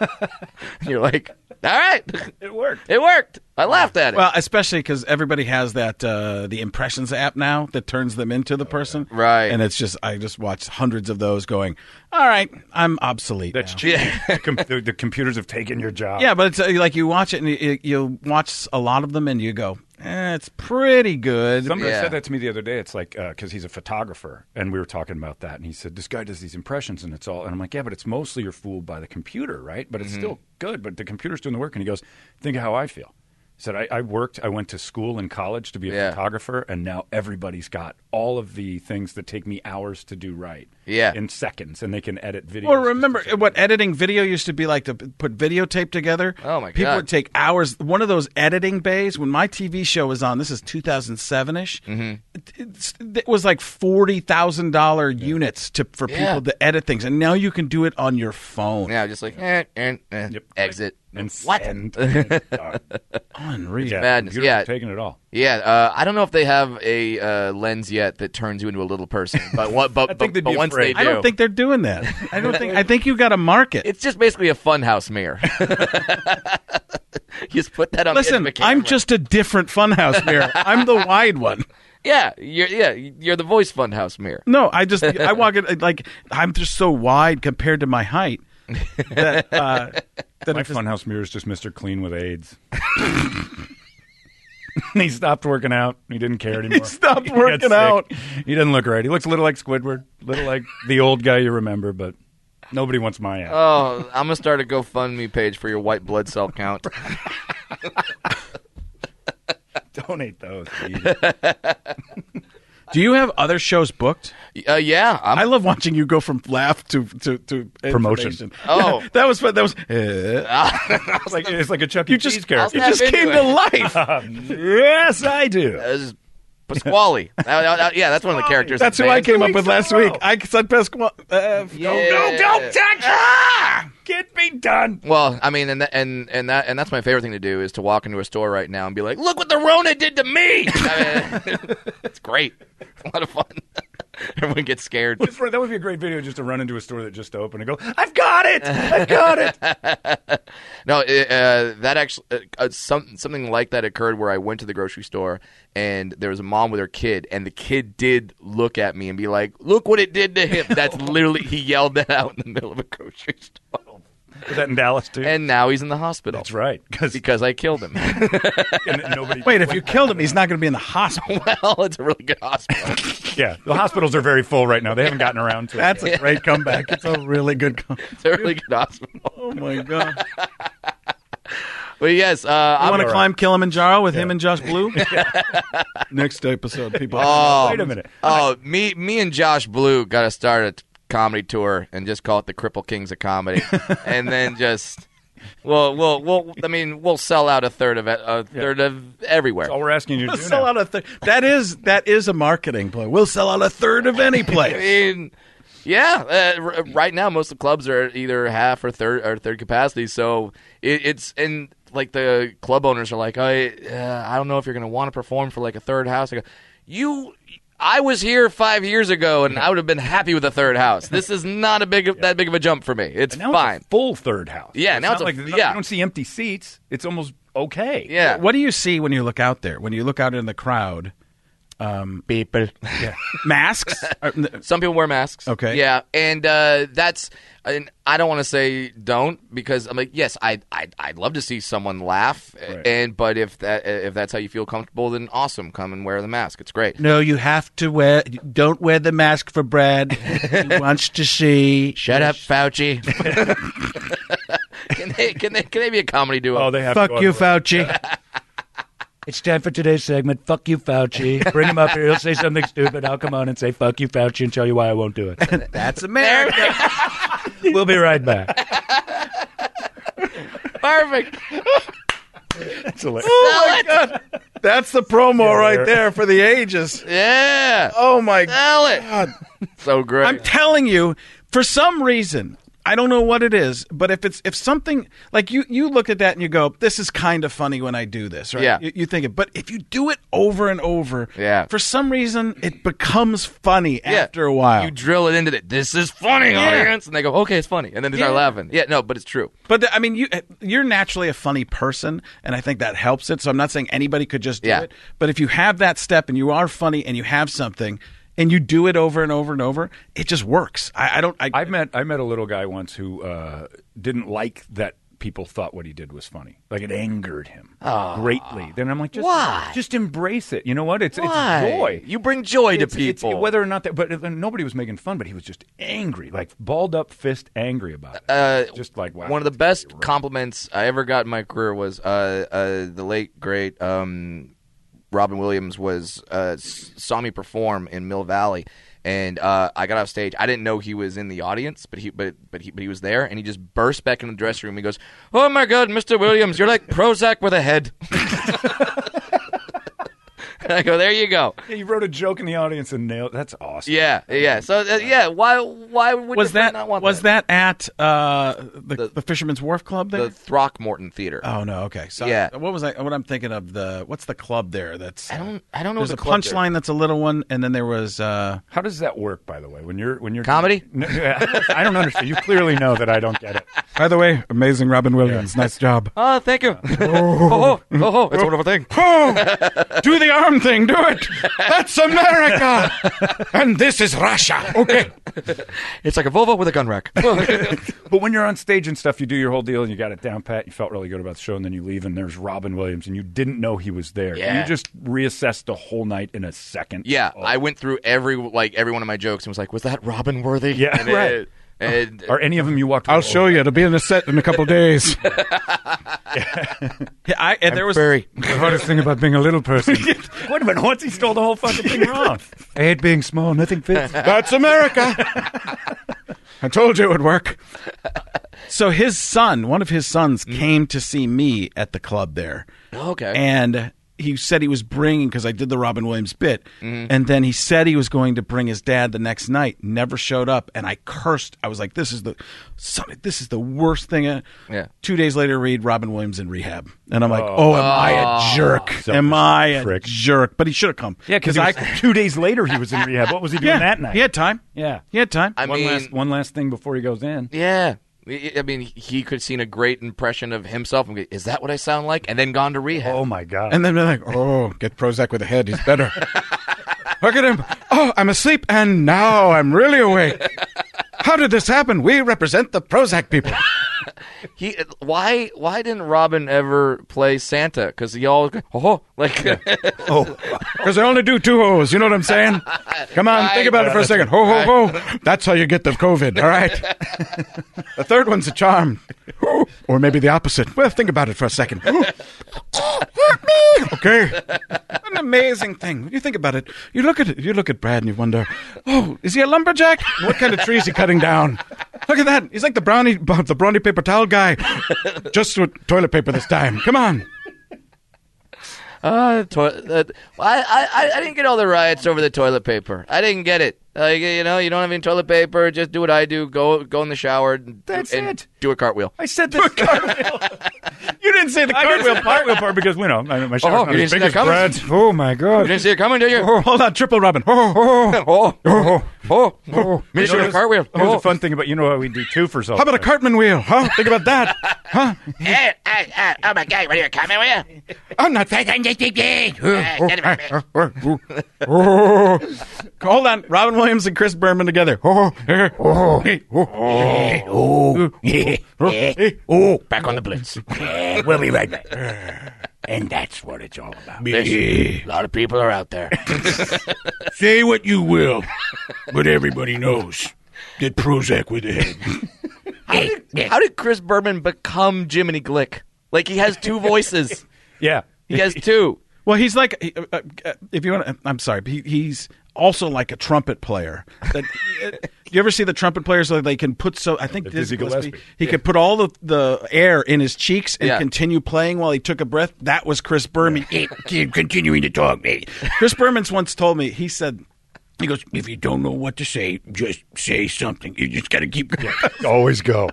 And you're like, all right. It worked. It worked. I laughed at it. Well, especially because everybody has that uh, the impressions app now that turns them into the person, Right. And it's just I just watched hundreds of those going. All right, I'm obsolete. That's now." cheap. The, com- the, the computers have taken your job. yeah, but it's uh, like you watch it and you, you watch a lot of them and you go, eh, it's pretty good. Somebody Yeah. said that to me the other day. It's like because he's a photographer, and we were talking about that, and he said this guy does these impressions, and it's all. And I'm like, yeah, but it's mostly you're fooled by the computer, right? But Mm-hmm. it's still good. But the computer's doing the work. And he goes, think of how I feel. He said I, I worked. I went to school and college to be a Yeah. photographer, and now everybody's got all of the things that take me hours to do right. Yeah. in seconds, and they can edit videos. Well, remember what editing video used to be like to p- put videotape together. Oh, my People God. would take hours. One of those editing bays when my TV show was on. This is 2007 ish. Mm-hmm. It was like forty thousand dollar units to for people to edit things, and now you can do it on your phone. Yeah, just like eh, eh, eh, exit. and what? send. Uh, Unreal. yeah, Madness, computers are yeah. taking it all. Yeah, uh, I don't know if they have a uh, lens yet that turns you into a little person, but what? But, think but, they'd but be once afraid. they I do, don't think they're doing that. I don't think. I think you got to market. it's just basically a funhouse mirror. you just put that on. um, the edge of Listen, a camera. I'm just a different funhouse mirror. I'm the wide one. yeah, you're yeah, you're the voice funhouse mirror. No, I just I walk in like I'm just so wide compared to my height that uh, that My if it's- funhouse mirror is just Mr. Clean with AIDS. he stopped working out. He didn't care anymore. He stopped got working sick. out. He doesn't look right. He looks a little like Squidward, little like the old guy you remember, but nobody wants my ass. Uh, Oh, I'm gonna start a GoFundMe page for your white blood cell count. Donate those. please. do you have other shows booked? Uh, yeah, I'm, I love watching you go from laugh to to, to Promotion. information. Oh. Yeah, that was fun. That was uh, it's, like, it's like a Chuck E. you Cheese just character. You just Snap into came it. to life. yes, I do. as oh, uh, Pasquale. That- that- that- yeah, that's one of the characters. That's in who I Vans. came up with last week. I said Pasquale. Uh, Yeah. touch! Ah! Get me done. Well, I mean, and tha- and and that and that's my favorite thing to do is to walk into a store right now and be like, "Look what the Rona did to me!" I mean, it's great, it's a lot of fun. Everyone gets scared. Just for- That would be a great video just to run into a store that just opened and go, I've got it! I've got it! No, it, uh, that actually uh, uh, some, something like that occurred where I went to the grocery store and there was a mom with her kid, and the kid did look at me and be like, "Look what it did to him." That's literally he yelled that out in the middle of a grocery store, Was that in Dallas, too? and now he's in the hospital. That's right. Because Because I killed him. nobody. Wait, if you killed him, he's not going to be in the hospital. well, it's a really good hospital. Yeah, the hospitals are very full right now. They haven't gotten around to it. That's a great comeback. It's a really good. Com- It's a really good hospital. oh my god! But yes, uh, I I'm want to climb Kilimanjaro with him and Josh Blue. Next episode, people. Oh, Wait a minute. Oh, me, me and Josh Blue got to start a t- comedy tour and just call it the Cripple Kings of Comedy, and then just. Well, we'll, we'll. I mean, we'll sell out a third of it- a third of everywhere. All we're asking you to do sell now. out a third. That is that is a marketing play. We'll sell out a third of any I place. mean, yeah. Uh, r- right now, most of the clubs are either half or third or third capacity. So it, it's and like the club owners are like, I, uh, I don't know if you're going to want to perform for like a third house. I go, you. I was here five years ago, and I would have been happy with a third house. This is not a big that big of a jump for me. It's now fine. It's a full third house. Yeah, now not it's a- like yeah. you don't see empty seats. It's almost okay. yeah. What do you see when you look out there? When you look out in the crowd, um, People. masks. Or- n- Some people wear masks. Okay. Yeah, and uh, that's and I don't want to say don't because I'm like yes I I I'd love to see someone laugh and but if that if that's how you feel comfortable then awesome come and wear the mask it's great. No, you have to wear. Don't wear the mask for Brad. he wants to see. Shut up, Fauci. can they can they can they be a comedy duo? Oh, they have Fuck to go you, everywhere. Fauci. It's time for today's segment. Fuck you, Fauci. Bring him up here. He'll say something stupid. I'll come on and say fuck you, Fauci, and tell you why I won't do it. That's America. We'll be right back. Perfect. It's hilarious. That's the promo right there for the ages. Yeah. Oh my Sell it. So great. I'm telling you, for some reason, I don't know what it is, but if it's if something like you you look at that and you go, this is kind of funny when I do this, right? Yeah. You, you think it, but if you do it over and over, Yeah. for some reason it becomes funny after a while. You drill it into that. This is funny, audience, and they go, "Okay, it's funny," and then they start Yeah. laughing. Yeah, no, but it's true. but I mean, you you're naturally a funny person, and I think that helps it. So I'm not saying anybody could just do Yeah. it, but if you have that step and you are funny and you have something. And you do it over and over and over. It just works. I, I don't. I, I met I met a little guy once who uh, didn't like that people thought what he did was funny. Like it angered him greatly. Then I'm like, just, Ah. Why? just embrace it. You know what? It's Why? it's joy. You bring joy to It's- it's- people. whether or not that, but uh, nobody was making fun. But he was just angry, like balled up fist, angry about it. Uh, just like wow. One of the best compliments I ever got in my career was uh, uh, the late great um, Robin Williams was uh, s- saw me perform in Mill Valley, and uh, I got off stage. I didn't know he was in the audience, but he but but he but he was there, and he just burst back in the dressing room. He goes, "Oh my God, Mr. Williams, you're like Prozac with a head." And I go, "There you go." he wrote a joke in the audience and nailed. That's awesome. Yeah, yeah. So uh, yeah, why why would was your friend that not want was that? that, at uh, the, the Fisherman's Wharf Club there? the Throckmorton Theater? oh no, okay. So Yeah. what was I? What I'm thinking of the what's the club there? That's I don't I don't know. There's the a club there- punchline that's a little one, and then there was uh, How does that work, by the way? When you're when you're Comedy? No, I don't understand. You clearly know that I don't get it. by the way, amazing Robin Williams, nice job. Oh, thank you. oh, oh, oh, it's a wonderful thing. do the arm thing, do it. That's America, and this is Russia. Okay, It's like a Volvo with a gun rack. But when you're on stage and stuff, you do your whole deal and you got it down pat. You felt really good about the show, and then you leave, and there's Robin Williams, and you didn't know he was there. Yeah. You just reassessed the whole night in a second. yeah, Oh. I went through every like every one of my jokes and was like, was that Robin worthy? Yeah, and right. It, and Are any of them you walked? I'll show you. It'll be in a set in a couple days. yeah, I, and there was very. The hardest thing about being a little person. Wait a minute. Once he stole the whole fucking thing wrong. I hate being small. Nothing fits. That's America. I told you it would work. So his son, one of his sons, came to see me at the club there. Okay. And he said he was bringing because I did the Robin Williams bit, and then he said he was going to bring his dad the next night. Never showed up, and I cursed. I was like, "This is the, son, this is the worst thing." uh." Yeah. Two days later, read Robin Williams in rehab, and I'm like, "Oh, am I a jerk? Am I a prick. jerk?" But he should have come. yeah, because I two days later he was in rehab. What was he doing yeah, that night? He had time. Yeah. He had time. I one mean, last one last thing before he goes in. yeah. I I mean, he could have seen a great impression of himself. and go, Is that what I sound like? And then gone to rehab. Oh my god. And then they're like, oh, get Prozac with a head. He's better. Look at him. Oh, I'm asleep, and now I'm really awake. How did this happen? We represent the Prozac people. He why why didn't Robin ever play Santa? Because he all oh like Because they only do two hoes. You know what I'm saying? Come on, think about it for a second. Ho, ho, ho. That's how you get the COVID, all right? the third one's a charm. Or maybe the opposite. Well, think about it for a second. Okay. An amazing thing. When you think about it, you look at it, you look at Brad and you wonder, oh, is he a lumberjack? What kind of tree is he cutting down? Look at that. He's like the brownie, the brownie paper towel guy. Just with toilet paper this time. Come on. Uh, toi- uh, I, I, I didn't get all the riots over the toilet paper. I didn't get it. Like you know, you don't have any toilet paper. Just do what I do. Go go in the shower. And, That's and it. Do a cartwheel. I said the cartwheel. you didn't say the cartwheel part. cartwheel part because you know I mean, my shower's Oh, not you as big didn't see as that coming? Brad's. Oh my You god. didn't see it coming, did you? Oh, hold on, triple Robin. Oh, oh, oh. Oh, Oh, oh, oh. Mission You know, cartwheel. Here's Oh. the fun thing about you know how we do two for something. How about a Cartman wheel? Huh? Think about that. Huh? Oh, oh, oh, oh my God, what are you coming with? I'm not fat. I'm just a big. Hold on. Robin Williams and Chris Berman together. Oh, back on the blitz. Eh, we'll be right back. And that's what it's all about. Listen, a lot of people are out there. Say what you will, but everybody knows that Prozac with the head. How did, how did Chris Berman become Jiminy Glick? Like he has two voices. Yeah. He has two. Well, he's like, he- uh, uh, uh, if you want, to, I'm sorry, but he, he's also like a trumpet player. That, uh, you ever see the trumpet players so they can put so? I think Dizzy Dizzy Gillespie, Gillespie. he could put all the, the air in his cheeks and Yeah. continue playing while he took a breath. That was Chris Berman. Keep continuing to talk, mate. Chris Berman's once told me he said, He goes, if you don't know what to say, just say something. You just got to keep going. always go.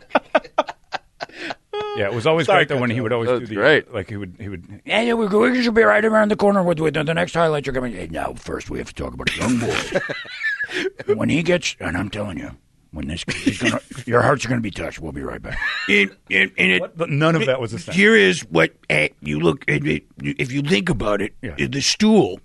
Yeah, it was always Sorry, great though when he would always do That's the great. like he would he would Yeah, yeah, we're going. You should be right around the corner with, with the next highlight you're coming. Hey, now, first we have to talk about a young boy. when he gets, and I'm telling you, when this kid is gonna, your hearts are gonna be touched. We'll be right back. And, and, and it, but none of that was a sound. here is what eh, you look at it, if you think about it Yeah. eh, the stool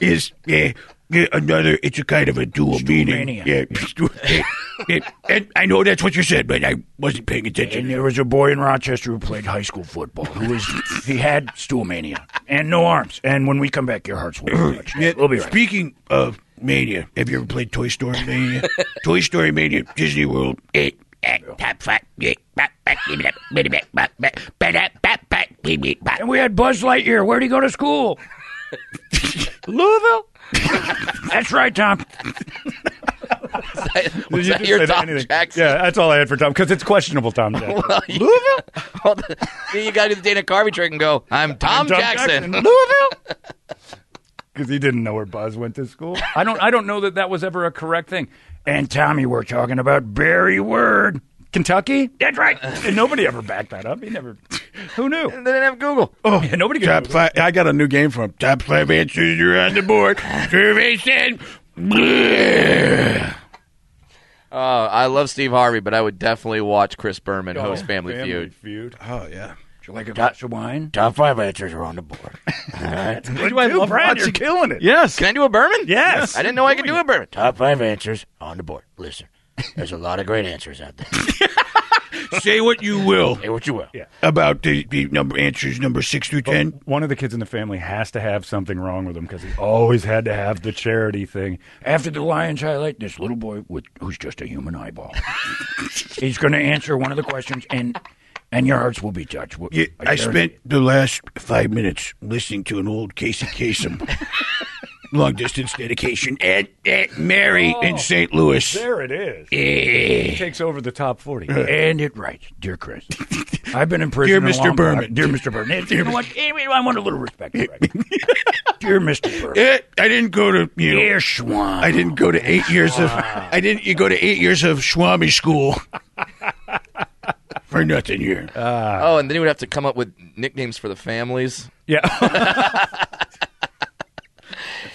is eh, eh, another it's a kind of a dual meaning Stoolmania. yeah, stool- eh, eh, and i know that's what you said but i wasn't paying And attention there was a boy in Rochester who played high school football. Who was he had stool mania and no arms. And when we come back, your hearts will be touched. Yeah, We'll be right. speaking of mania have you ever played toy story mania toy story mania disney world eh, eh, top five eh, bop, bop, give it up, give it up, bop, bop, bop, bop, bop, bop, give it up. And we had Buzz Lightyear. Where'd he go to school? Louisville? That's right, Tom. Was You that just your said Tom anything. Jackson? Yeah, that's all I had for Tom because it's questionable, Tom Jackson. Louisville? then you got to do the Dana Carvey trick and go, I'm Tom, Tom Jackson. Louisville. Because he didn't know where Buzz went to school. I don't. I don't know that that was ever a correct thing. And Tommy, we're talking about Barry Word, Kentucky. That's right. And nobody ever backed that up. He never. Who knew? They didn't have Google. Oh, yeah, nobody could. Top five. I got a new game for him. Top five answers are on the board. Survey said. bleh. Uh, I love Steve Harvey, but I would definitely watch Chris Berman host Family, Feud. Feud. "Oh yeah." Would you like a glass of wine? Top five answers are on the board. Why do I love Brad, you're watching- killing it. Yes. Can I do a Berman? Yes. I didn't know I could do a Berman. Top five answers on the board. Listen, there's a lot of great answers out there. Say what you will Say what you will. about the, the number answers number six through ten. One of the kids in the family has to have something wrong with him because he always had to have the charity thing. After the Lions highlight, this little boy with, who's just a human eyeball. He's going to answer one of the questions, and and your hearts will be touched. Well, Yeah, I guarantee spent the last five minutes listening to an old Casey Kasem long distance dedication at, at Mary in St. Louis. Oh, There it is. Eh. He takes over the top 40. it. And it writes, dear Chris. I've been in prison. Dear a Mr. long time. Berman. Dear Mr. Berman. You know what? Anyway, I want a little respect. Greg. dear Mr. Berman. Eh, I didn't go to you. Know, Dear Schwan. I didn't go to eight years of. I didn't. You go to eight years of Schwami school for nothing here. Uh, Oh, and then he would have to come up with nicknames for the families. Yeah.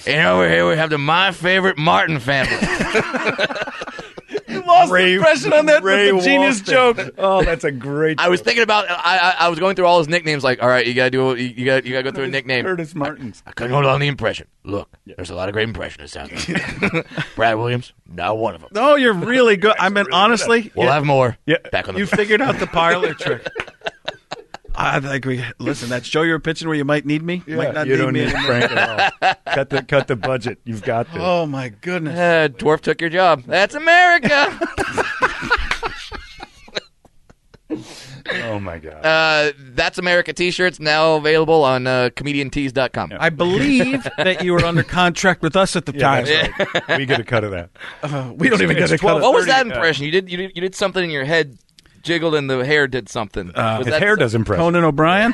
And over here we have the My Favorite Martin family. Ray, impression on that. Ray That's a genius Walton. Oh, that's a great I was thinking about, I, I, I was going through all his nicknames like, all right, you got to do, you- you got you gotta go through a nickname. Curtis Martin's. I couldn't hold on to the impression. Look, there's a lot of great impressionists out there. Brad Williams, not one of them. No, you're really good. I mean, honestly, We'll have more. Yeah. Back on the you board. figured out the parlor trick. I think we listen. That show you're pitching where you might need me. might not you need don't me. need anymore. Frank at all. cut the cut the budget. You've got this. Oh my goodness. Uh, dwarf took your job. That's America. Oh my god. uh, That's America t-shirts now available on uh, comediantees.com. I believe that you were under contract with us at the time. we get a cut of that. We don't even get a cut. What was that uh, impression? You did, you did you did something in your head jiggled and the hair did something. Was Uh, His that hair some- does impress. Conan O'Brien.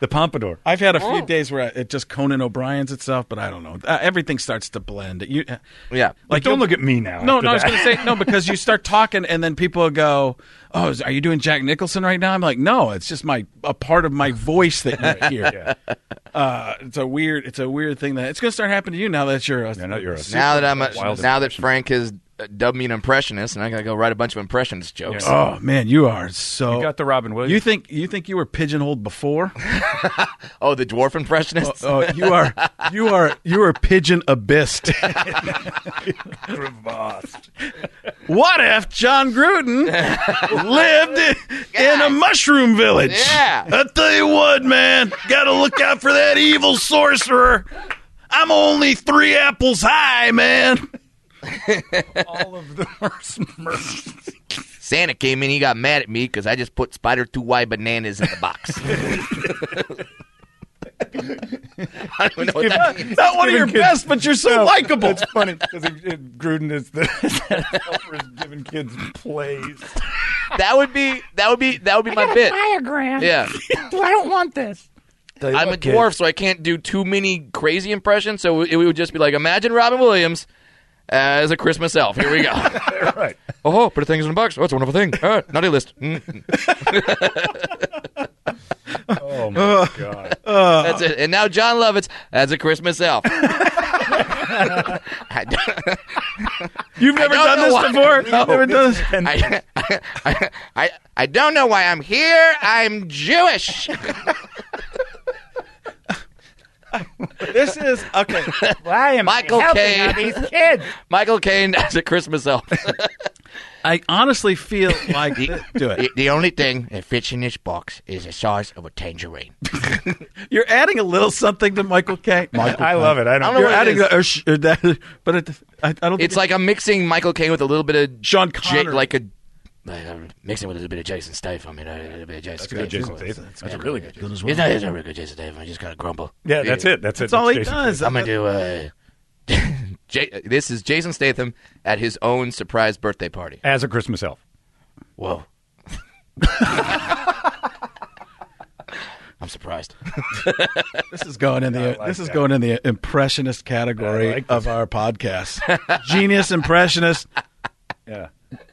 The pompadour. I've had a Oh. few days where I, it just Conan O'Brien's itself, but I don't know. Uh, everything starts to blend. You, uh, Yeah. Like don't you'll- look at me now. No, after no, I was that. going to say no because you start talking and then people will go, "Oh, is- are you doing Jack Nicholson right now?" I'm like, "No, it's just my a part of my voice that you hear." uh, it's a weird, it's a weird thing that it's going to start happening to you now that you're a, Yeah, no, you're a- Now that I'm a, Wild now that Frank has dub me an impressionist, and I gotta go write a bunch of impressionist jokes. Oh man, you are so. You got the Robin Williams. You think you think you were pigeonholed before? Oh, the dwarf impressionists. oh, you are you are you are pigeon abyssed. what if John Gruden lived i- in a mushroom village? Yeah. I tell you what, man, gotta look out for that evil sorcerer. I'm only three apples high, man. Santa came in, he got mad at me because I just put spider two Y bananas in the box. I don't even know what that means. Not one of your best, but you're so likable. It's funny because Gruden is the helper is giving kids plays. That would be that would be that would be my bit. Diagram. Yeah, I don't want this. I'm a dwarf, so I can't do too many crazy impressions. So it would just be like, imagine Robin Williams as a Christmas elf. Here we go. Right. Oh, put things in a box. Oh, it's a wonderful thing. Uh, naughty list. Mm. Oh my god. That's it. And now John Lovitz as a Christmas elf. I don't- You've never don't done know this why. before. You've never done this. I, I, I, I don't know why I'm here. I'm Jewish. This is okay. Why am Michael I helping Caine. all these kids? Michael Caine as a Christmas elf. I honestly feel like do it. the, the only thing that fits in this box is the size of a tangerine. You're adding a little something to Michael K. Michael, I love it. I I don't. don't know you're what it adding is. the, uh, sh- uh, that, but it, I, I don't. It's think like I'm mixing Michael Caine with a little bit of Sean J- Connery. like a Like, I'm mixing with a little bit of Jason Statham. You know, a little bit of Jason That's a good Jason Statham. Statham. That's a really good. Jason. It's not, it's not really good Jason Statham. I just kind of grumble. Yeah, that's it. That's it. that's all he Jason does. I'm going to do, uh, J- this is Jason Statham at his own surprise birthday party. As a Christmas elf. whoa. I'm surprised. this is going in the this is that. going in the impressionist category of our podcast. Genius impressionist. Yeah.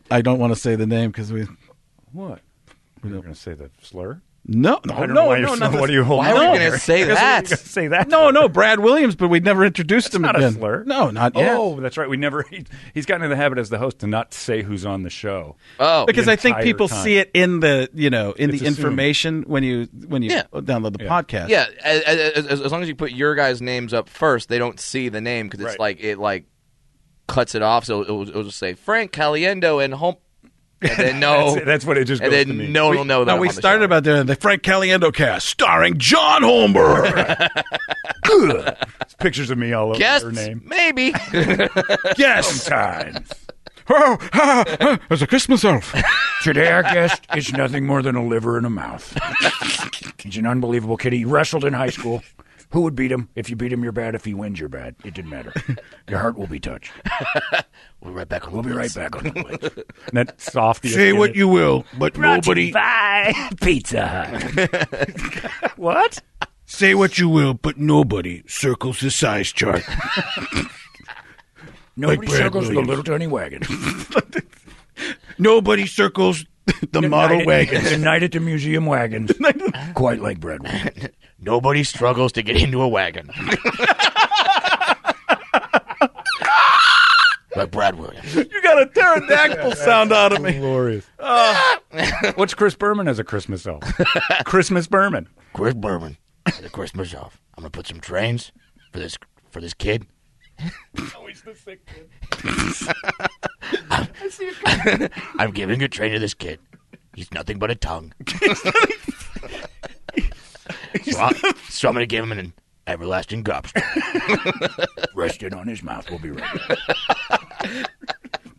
I don't want to say the name because we What? We're going to say the slur. no no I don't know Oh, no why no you're- not What this- are you holding? Why are on we going here? to say That's that? what you say that. No, no, Brad Williams, but we never introduced him not a again. slur. No, not yet. Oh, that's right. We never. He, he's gotten in the habit as the host to not say who's on the show. Oh, because the I think entire people time. see it in the you know in It's the assumed. information when you when you Yeah. download the podcast. yeah. As, as, as- as long as you put your guys' names up first, they don't see the name because it's Right. like it like cuts it off. So it'll, it'll just say Frank Caliendo and home, and then no, That's, it. that's what it just and goes to then me. no one will know that. No, we I'm on the started show. about there the Frank Caliendo cast starring John Holmberg. It's pictures of me all over her guests, name. maybe. Oh, yes, Times. Oh, as a Christmas elf. Today our guest is nothing more than a liver and a mouth. He's an unbelievable kid. He wrestled in high school. Who would beat him? If you beat him, you're bad. If he wins, you're bad. It didn't matter. Your heart will be touched. We'll be right back on We'll be right back on the blitz. And that soft. Mm. Say what you will, but nobody. Bye, Pizza Hut. what? Say what you will, but nobody circles the size chart. Nobody Brad circles the Williams. little tiny wagon. nobody circles the model wagon. The night at the museum wagons. Quite like Brad Williams. Nobody struggles to get into a wagon. like Brad Williams. You got a pterodactyl sound out of me. Ah. Glorious. What's Chris Berman as a Christmas elf? Christmas Berman. Chris Berman at the Christmas off. I'm gonna put some trains for this for this kid. I'm giving a train to this kid. He's nothing but a tongue. so, I, so I'm gonna give him an everlasting gobstopper. Resting on his mouth. We'll be right back.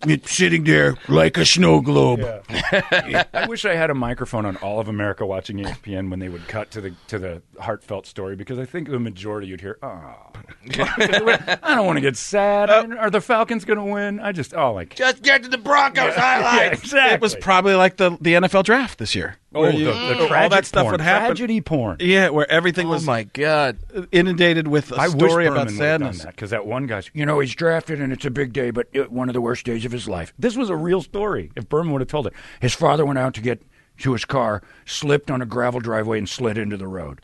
It's sitting there like a snow globe. I wish I had a microphone on all of America watching E ESPN when they would cut to the to the heartfelt story because I think the majority you'd hear, oh, I don't want to get sad. I Oh. mean, Are the Falcons going to win? I just, oh, like, Just get to the Broncos highlight. exactly. It was probably like the the NFL draft this year. oh, Where the, you- the tragic all that stuff porn. would happen. E- Tragedy porn. Yeah, where everything Oh was my god! inundated with a I wish story about Berman would have done sadness. that because that one guy's. You know, he's drafted and it's a big day, but it, one of the worst days of his life. This was a real story. If Berman would have told it, His father went out to get to his car, slipped on a gravel driveway, and slid into the road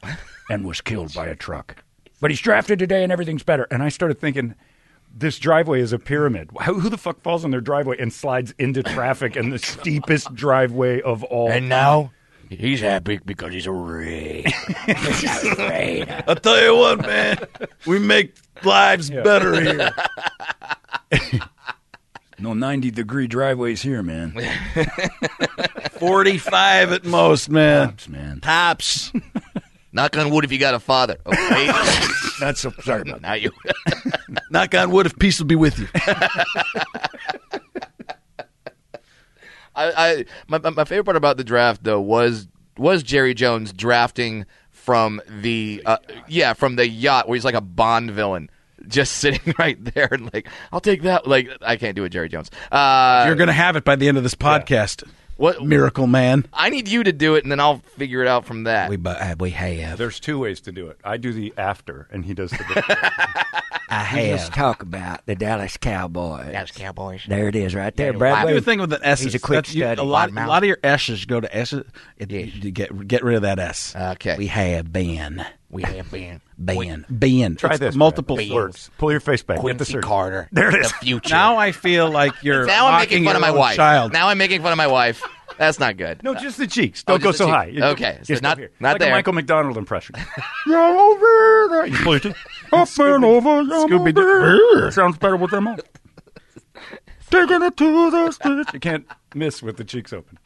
and was killed by a truck. But he's drafted today and everything's better. and I started thinking, this driveway is a pyramid. Who who the fuck falls on their driveway and slides into traffic in the steepest driveway of all? And now he's happy because he's a ray. I tell you what, man, we make lives better here. No 90 degree driveways here, man. Forty-five at most, man. Oops, man. Tops. Knock on wood if you got a father. Okay. That's so, sorry about that. now you. Knock on wood if peace will be with you. I, I my, my- my favorite part about the draft though was was Jerry Jones drafting from the uh, yeah from the yacht where he's like a Bond villain just sitting right there and like I'll take that like I can't do it Jerry Jones uh You're gonna have it by the end of this podcast. what Miracle man. I need you to do it and then I'll figure it out from that We, bu- uh, we have. There's two ways to do it. I do the after, and he does the before. I Let's have. talk about the Dallas Cowboys. That's Cowboys. There it is, right there, I do Bradway. the thing with an S. He's a quick That's- you- study. A lot, Bottom a out. lot of your S's go to S's. It, you get get rid of that S. okay We have been. We have been. Been. Ben. Try It's this. Multiple Brad. words. words. Pull your face back. Get the Quincy circle. Carter. There it is. The future. Now I feel like you're now I'm making mocking fun your of own my wife Child. now I'm making fun of my wife that's not good No, just the cheeks. Don't Oh, just go the so cheek. high. You- Okay, so just not- up here. not like there. a Michael McDonald impression. You're over there. You pull your cheek. Up and over. I'm Scooby-Doo. over there. Sounds better with them on. Taking it to the streets. You can't miss with the cheeks open.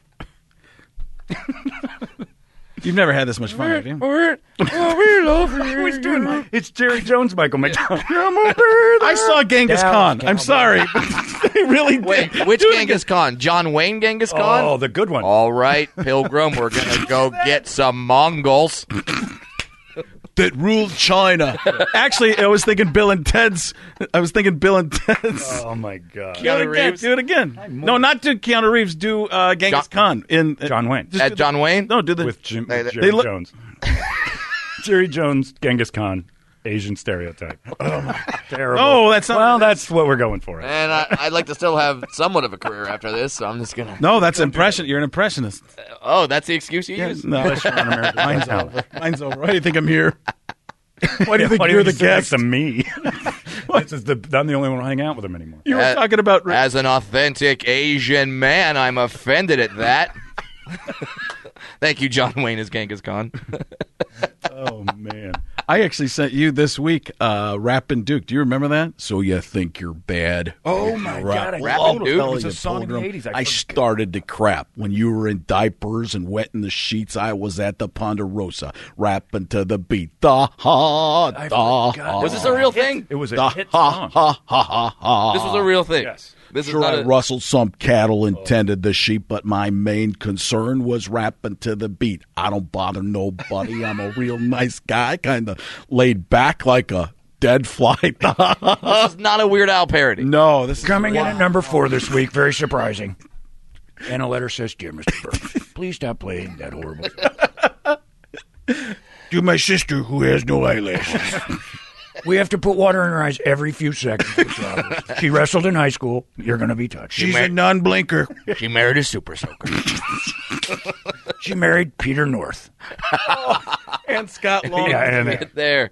You've never had this much fun, have you? I was doing my- It's Jerry Jones, Michael McDonald. I'm over there. I saw Genghis Khan. I'm sorry. they really did. wait which Genghis Khan John Wayne Genghis Khan Oh, the good one. all right Pilgrim we're gonna go get some Mongols That ruled China. Actually, I was thinking Bill and Ted's. I was thinking Bill and Ted's. Oh my god. do it again. Do it again. No, not do Keanu Reeves. Do uh, Genghis Khan in uh, John Wayne. Just do at the- John Wayne No, do the. with Jim, They- they- Jerry they look- Jones. Jerry Jones, Genghis Khan, Asian stereotype. Terrible. Oh, that's not- well, that's what we're going for. And I, I'd like to still have somewhat of a career after this, so I'm just gonna. no, that's impression. You're an impressionist. Oh, that's the excuse you use. No, mine's over. Mine's over. Why do you think I'm here? Why do you think Why do you're the think you guest? said that to me? this is the, I'm the only one who hang out with him anymore. You were Uh, talking about. As an authentic Asian man, I'm offended at that. Thank you, John Wayne as Genghis Khan. Oh man, I actually sent you this week. Uh, Rap and Duke. Do you remember that? So you think you're bad? Oh my God, I Rap and Duke? It's a song in the 80s, I I forget. started to crap when you were in diapers and wet in the sheets. I was at the Ponderosa, rapping to the beat. Da ha da. ha. Was this a real thing? it was a Da hit ha song. ha ha ha ha. This was a real thing. Yes. This Sure, is not I a, rustled some cattle and tended the sheep, but my main concern was rapping to the beat. I don't bother nobody. I'm a real nice guy, kind of laid back like a dead fly. this is not a Weird Al parody. no, this is Coming in at number four this week, very surprising. And a letter says, Dear Mr. Burke, please stop playing that horrible song. To my sister who has no eyelashes. We have to put water in her eyes every few seconds. for two hours. she wrestled in high school. You're going to be touched. She's a non blinker. She married a super soaker. She married Peter North. and Scott Long. Yeah, and uh, Get there.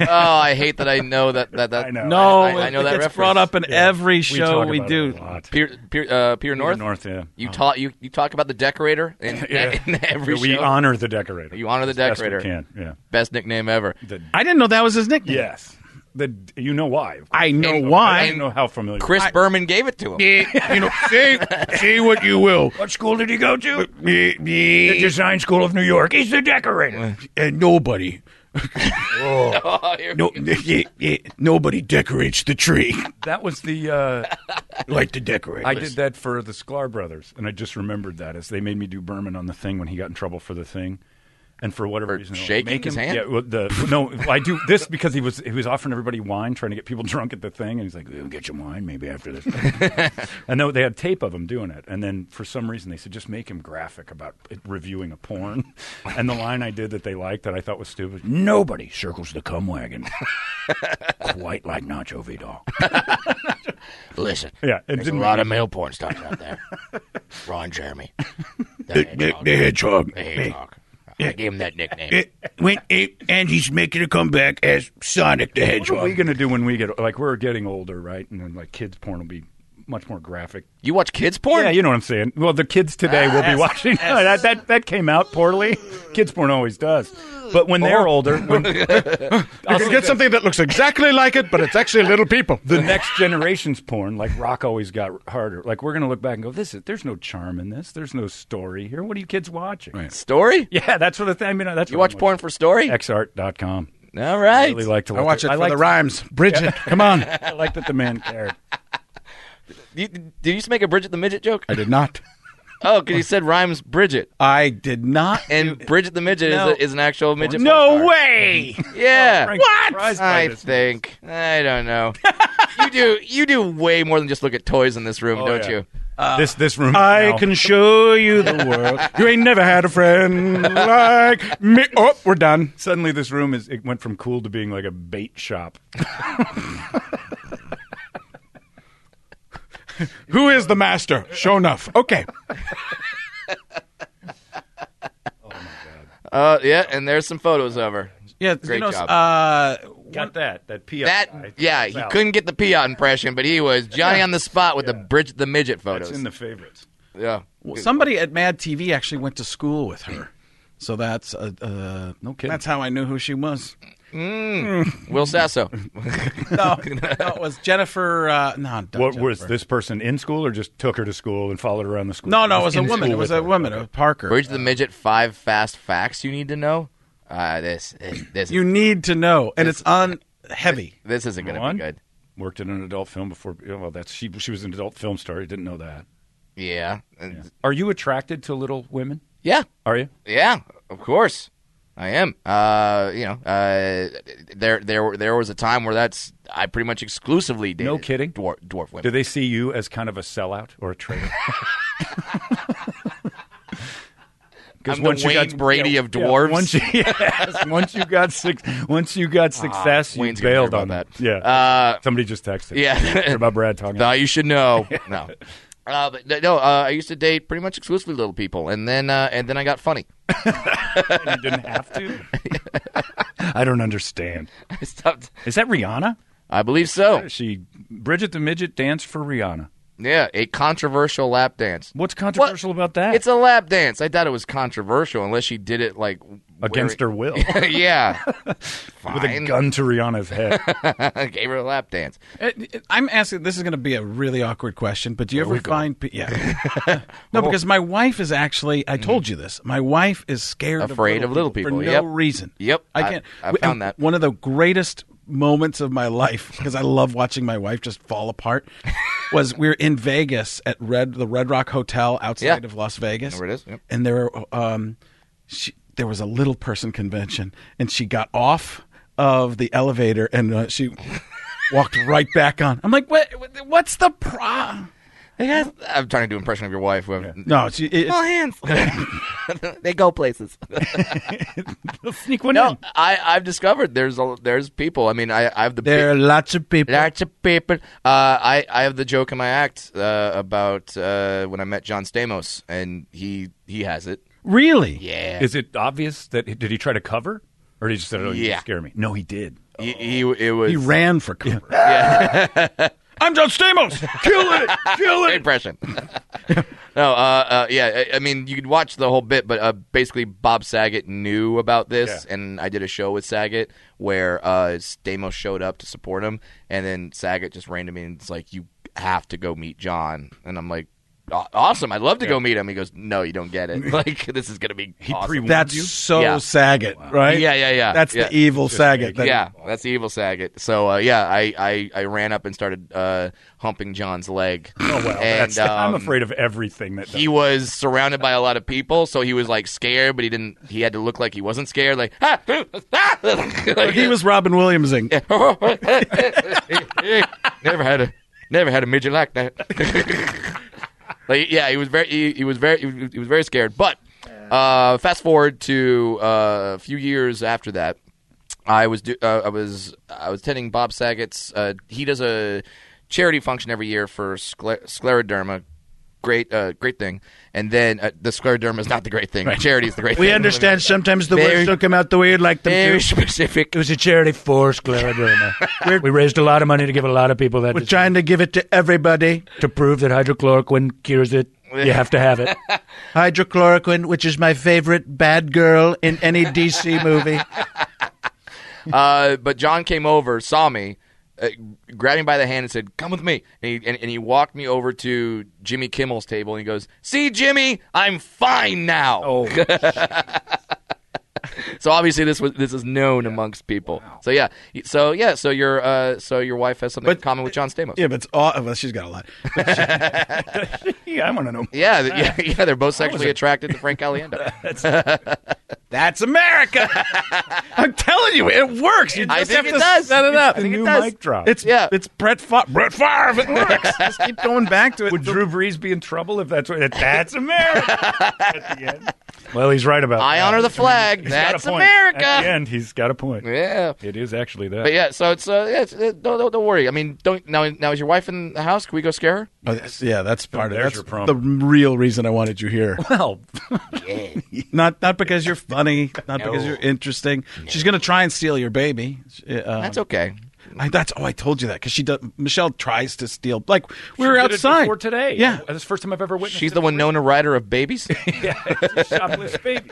Oh, I hate that I know that that that. I know. No, Oh, I- I- I know it that gets reference. brought up in every show talk we, about do. it a lot. Pier, Pier, uh, Pier North. Oh. North, yeah. You talk you, you talk about the decorator in, Yeah. in every we show. honor the decorator. You honor the Best we decorator. can, yeah. Best nickname ever. I didn't know that was his nickname. Yes. The you know why? I know I why. don't know how familiar. Chris Berman gave it to him. you know, say, say what you will. What school did he go to? Eh, eh, The Design School of New York. He's the decorator. And nobody, Oh, here no, eh, eh, nobody decorates the tree That was the. Uh, like the decorators. I did that for the Sklar brothers, and I just remembered that as they made me do Berman on the thing when he got in trouble for the thing, and for whatever For reason, they're like, shaking "Make his him-" hand? Yeah, well, the, no, I do this because he was he was offering everybody wine, trying to get people drunk at the thing, and he's like, "We'll "Get you wine, maybe after this." and no, they had tape of him doing it, and then for some reason they said, "Just make him graphic about it- reviewing a porn." and the line I did that they liked that I thought was stupid. Nobody circles the cum wagon quite like Nacho Vidal. Listen, Yeah, it there's a didn't lot make- of male porn stars out there. Ron Jeremy. The The, the, hedgehog. the hedgehog. The hedgehog. I gave him that nickname. It, when it, Angie's making a comeback as Sonic the What are we Hedgehog. gonna do when we get like we're getting older, right? And then like kids porn will be much more graphic. You watch kids porn? Yeah, you know what I'm saying. Well, the kids today will be watching that, that. That came out poorly. Kids porn always does. But when they're older, when You can get something that looks exactly like it, but it's actually little people. the next generation's porn, like rock always got harder. Like we're gonna look back and go, "This is there's no charm in this. There's no story here. What are you kids watching?" Story? Yeah, that's what I think. I mean, that's You watch porn for story? Xart.com. All right. Really like to. I watch it for like the rhymes. Bridget, come on. I like that the man cared. You- did you used to make a Bridget the Midget joke? I did not. Oh, because you said rhymes Bridget. I did not. And Bridget the Midget No. is, a, is an actual midget. No porn star. way. Oh, Yeah. What? I think. I don't know. you do you do way more than just look at toys in this room, don't Oh, yeah. you? this this room. I now. can show you the world. You ain't never had a friend like me. Oh, we're done. Suddenly, this room is it went from cool to being like a bait shop. Who is the master? Show enough. Okay. Uh, yeah, and there's some photos of her. Yeah, Great job. Uh, Got that? That PI. That yeah, he Wow. couldn't get the Piot impression, but he was Johnny on the spot with the Bridget the Midget It's photos. in the favorites. yeah. somebody at Mad TV actually went to school with her, so that's uh, uh, no kidding. That's how I knew who she was. Will Sasso. No, no it was Jennifer. Uh, no, not What Jennifer. was this person in school, or just took her to school and followed her around the school? No, no, it was a in woman. school It was with a her. woman. It was Parker. Bridget the Midget. Five fast facts you need to know. Uh, this this this, You need to know, and it's on heavy. this isn't going to One? be good. Worked in an adult film before. Well, that's she. She was an adult film star. You didn't know that. Yeah. And- Are you attracted to little women? yeah. Are you? Yeah, of course. I am. Uh, you know, uh, there there there was a time where that's I pretty much exclusively dated No kidding? dwarf, dwarf Do women. they see you as kind of a sellout or a traitor? Because I'm the Wayne Brady of dwarves. once, you, yes, once you got six, once you got success, you Ah, Wayne's gonna hear bailed about on that. Yeah, Uh, somebody just texted. yeah. Heard about Brad talking. no, you should know. No. Uh, but no, uh, I used to date pretty much exclusively little people, and then uh, and then I got funny. you didn't have to. I don't understand. I stopped. Is that Rihanna? I believe so. She Bridget the midget danced for Rihanna. Yeah, a controversial lap dance. What's controversial about that? It's a lap dance. I thought it was controversial unless she did it like against her will, her. yeah, with a fine. gun to Rihanna's head. Gave her a lap dance. It- it- Uh, I'm asking. This is going to be a really awkward question, but do you ever find? pe- Yeah. no, because my wife is actually. I told you this. My wife is scared, Mm-hmm. Afraid of of little for people, no yep. reason. Yep, I I- can't. I we- found and that. one of the greatest moments of my life because I love watching my wife just fall apart. was we were in Vegas at Red the Red Rock Hotel outside Yeah. of Las Vegas. Know where it is, yep. And there were, um, she, there was a little person convention, and she got off of the elevator and uh, she walked right back on. I'm like, what? What's the pro? I'm trying to do impression of your wife. who have- No, she, it, Small hands. they go places. Sneak one in. I, I've discovered there's a, there's people. I mean, I, I have the there are lots of people. lots of people. Uh, I I have the joke in my act uh, about uh, when I met John Stamos, and he he has it. Really? Yeah, Is it obvious that did he try to cover, or did he just said, "Oh, you Yeah. scare me"? No, he did. he, he it was He ran for cover. I'm John Stamos. Kill it, kill Great it. impression. no, uh, uh, yeah, I, I mean, you could watch the whole bit, but uh, basically, Bob Saget knew about this, Yeah. and I did a show with Saget where uh, Stamos showed up to support him, and then Saget just ran to me and it's like, "You have to go meet John," and I'm like. "Aw- Awesome! I'd love to go meet him. He goes, no, you don't get it. Like this is gonna be awesome. That's so Yeah. Saget, right? Yeah, yeah, yeah. That's Yeah. the evil Saget. that- yeah, that's the evil Saget. So uh, yeah, I, I I ran up and started uh, humping John's leg. Oh well, and, that's, I'm um, afraid of everything that he was surrounded by a lot of people, so he was like scared, but he didn't. He had to look like he wasn't scared. Like, ah, ah, ah," like, He was Robin Williamsing. never had a never had a midget like that. like, yeah, he was very he, he was very he was, he was very scared. But uh, fast forward to uh, a few years after that, I was do, uh, I was I was attending Bob Saget's. Uh, he does a charity function every year for scler- scleroderma. great, uh, great thing. And then uh, the scleroderma is not the great thing. Charity is the great We thing. understand sometimes the Very- words don't come out the way you'd like them Very to. specific. It was a charity for scleroderma. we raised a lot of money to give a lot of people that We're disease. trying to give it to everybody. to prove that hydrochloroquine cures it. You have to have it. Hydrochloroquine, which is my favorite bad girl in any DC movie. Uh, but John came over, saw me, uh, grabbed me by the hand and said, "Come with me." And he, and, and he walked me over to Jimmy Kimmel's table and he goes, "See, Jimmy, I'm fine now." Oh. so obviously this was this is known amongst people. So yeah, so yeah, so your uh, so your wife has something in common with John Stamos. Yeah, but it's all. Well, she's got a lot. Yeah, I want to know. Yeah, th- yeah, yeah, they're both sexually attracted to Frank Caliendo. That's America. I'm telling you, it works. You I just think have it to does. set it up. The new mic drop. It's Yeah. It's Brett Favre. Brett Favre. It works. just keep going back to it. Would Drew Brees be in trouble if that's what? That's America. At the end. Well, he's right about. I that. honor the flag. He's got a That's point. America. At the end, he's got a point. Yeah. It is actually that. But yeah, so it's uh, yeah, it's, uh, don't, don't don't worry. I mean, don't now. Now is your wife in the house? Can we go scare her? Oh, that's, yeah, that's part of there's that's your prompt. the real reason I wanted you here. Well, Not not because you're funny, not because you're interesting. She's gonna try and steal your baby. She- Uh, That's okay. Mm. I, that's oh, I told you that because she does. Michelle tries to steal. Like we She were did it outside before today. Yeah, that's the first time I've ever witnessed. She's it. the Winona Ryder of babies. Shoplift's baby.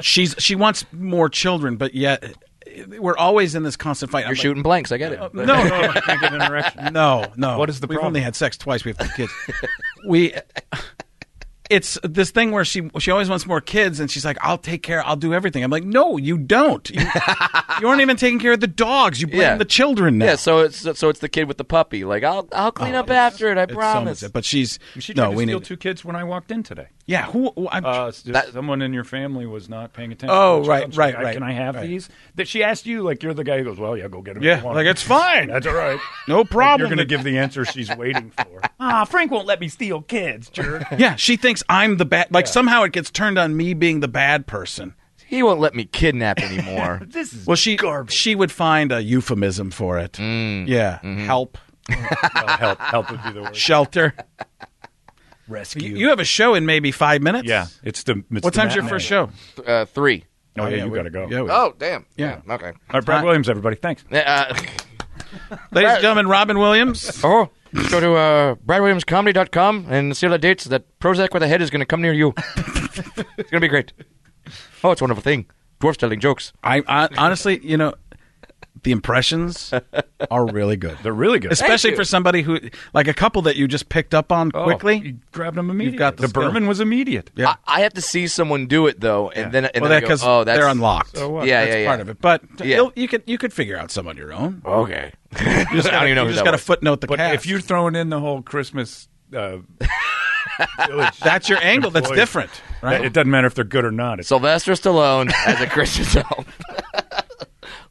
she's she wants more children, but yet uh, we're always in this constant fight. I'm You're like, shooting blanks. I get it. No, no, No, I can't get an erection. No, no. What is the We've problem? only had sex twice. We have two kids. we. It's this thing where she she always wants more kids, and she's like, "I'll take care. I'll do everything." I'm like, "No, you don't. You, you aren't even taking care of the dogs. You blame Yeah. the children now." Yeah, so it's so it's the kid with the puppy. Like I'll I'll clean up after it. I Oh, It's so promise. much- but she's She tried no. to We steal need. two kids when I walked in today. yeah. Who? who- I'm, Uh, s- That- someone in your family was not paying attention. Oh, Which right, comes- right, I- right, Can I have right. these? That she asked you, like you're the guy who goes, "Well, yeah, go get them." yeah. Like it's fine. That's all right. no problem. You're going to give the answer she's waiting for. ah, Frank won't let me steal kids, jerk. yeah. She thinks I'm the bad. Like somehow it gets turned on me being the bad person. he won't let me kidnap anymore. this is Well, she she would find a euphemism for it. Yeah. Help. well, help. Help would be the word. Shelter. Rescue. You, you have a show in maybe five minutes. yeah, it's the. It's What the time's your matinee. first show? uh, three. Oh yeah, you got to go. Yeah, All we- Oh damn. Yeah. okay. right, Brad Williams, everybody. Thanks. Uh, Ladies and gentlemen, Robin Williams. oh, go to uh, bradwilliamscomedy.com and see all the dates that Prozac with a head is going to come near you. it's going to be great. Oh, it's a wonderful thing. Dwarfs telling jokes. I, I honestly, you know, the impressions are really good, They're really good. especially for somebody who, like a couple that you just picked up on Oh, quickly. you grabbed them immediately. got the the skill. Berman was immediate. Yeah. I, I have to see someone do it though, and then and well, then that I go, because oh, that's they're unlocked. So what? Yeah, that's yeah, yeah. part of it. But Yeah. you'll- you could you could figure out some on your own. Okay. I don't even know you who just that got to was. footnote the But cast. if you're throwing in the whole Christmas. Uh, village, that's your angle. That's Employee. different, right? It doesn't matter if they're good or not. It's Sylvester Stallone as a Christian elf.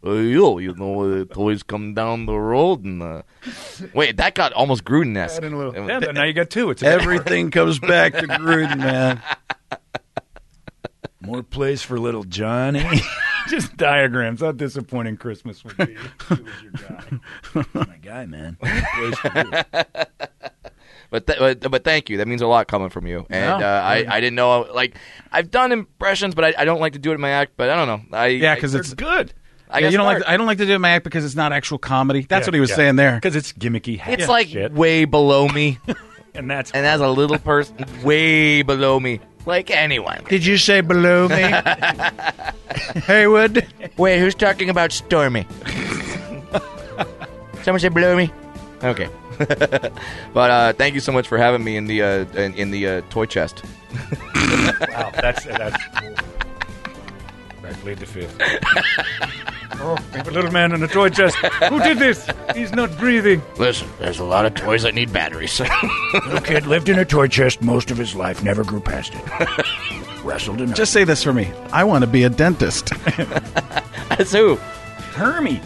Uh, yo, you know, uh, toys come down the road and uh, Wait, that got almost Gruden-esque. in a little. Yeah, but now you got two. It's a Everything comes back to Gruden, man. More place for little Johnny. just diagrams. How disappointing Christmas would be. if it was your guy. My guy, man. But, th- but but thank you. That means a lot coming from you. And uh, I I didn't know like I've done impressions, but I, I don't like to do it in my act. But I don't know. I Yeah, because it's Good. I, I yeah, got you don't like. smart. I don't like to do it in my act because it's not actual comedy. That's Yeah, what he was yeah. saying there. Because it's gimmicky. hack it's like shit. way below me, and that's and as a little person, way below me. Like anyone. Did you say below me? Haywood? Wait, who's talking about Stormy? Someone said blow me. Okay. but uh, thank you so much for having me in the uh, in, in the uh, toy chest. wow. That's that's. cool. I played the fifth. oh, we have a little man in a toy chest. Who did this? He's not breathing. Listen, there's a lot of toys that need batteries. Little kid lived in a toy chest most of his life, never grew past it. Wrestled enough. Just say this for me. I want to be a dentist. As who? Hermie.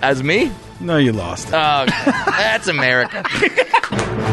As me? no, you lost. Oh, that's America.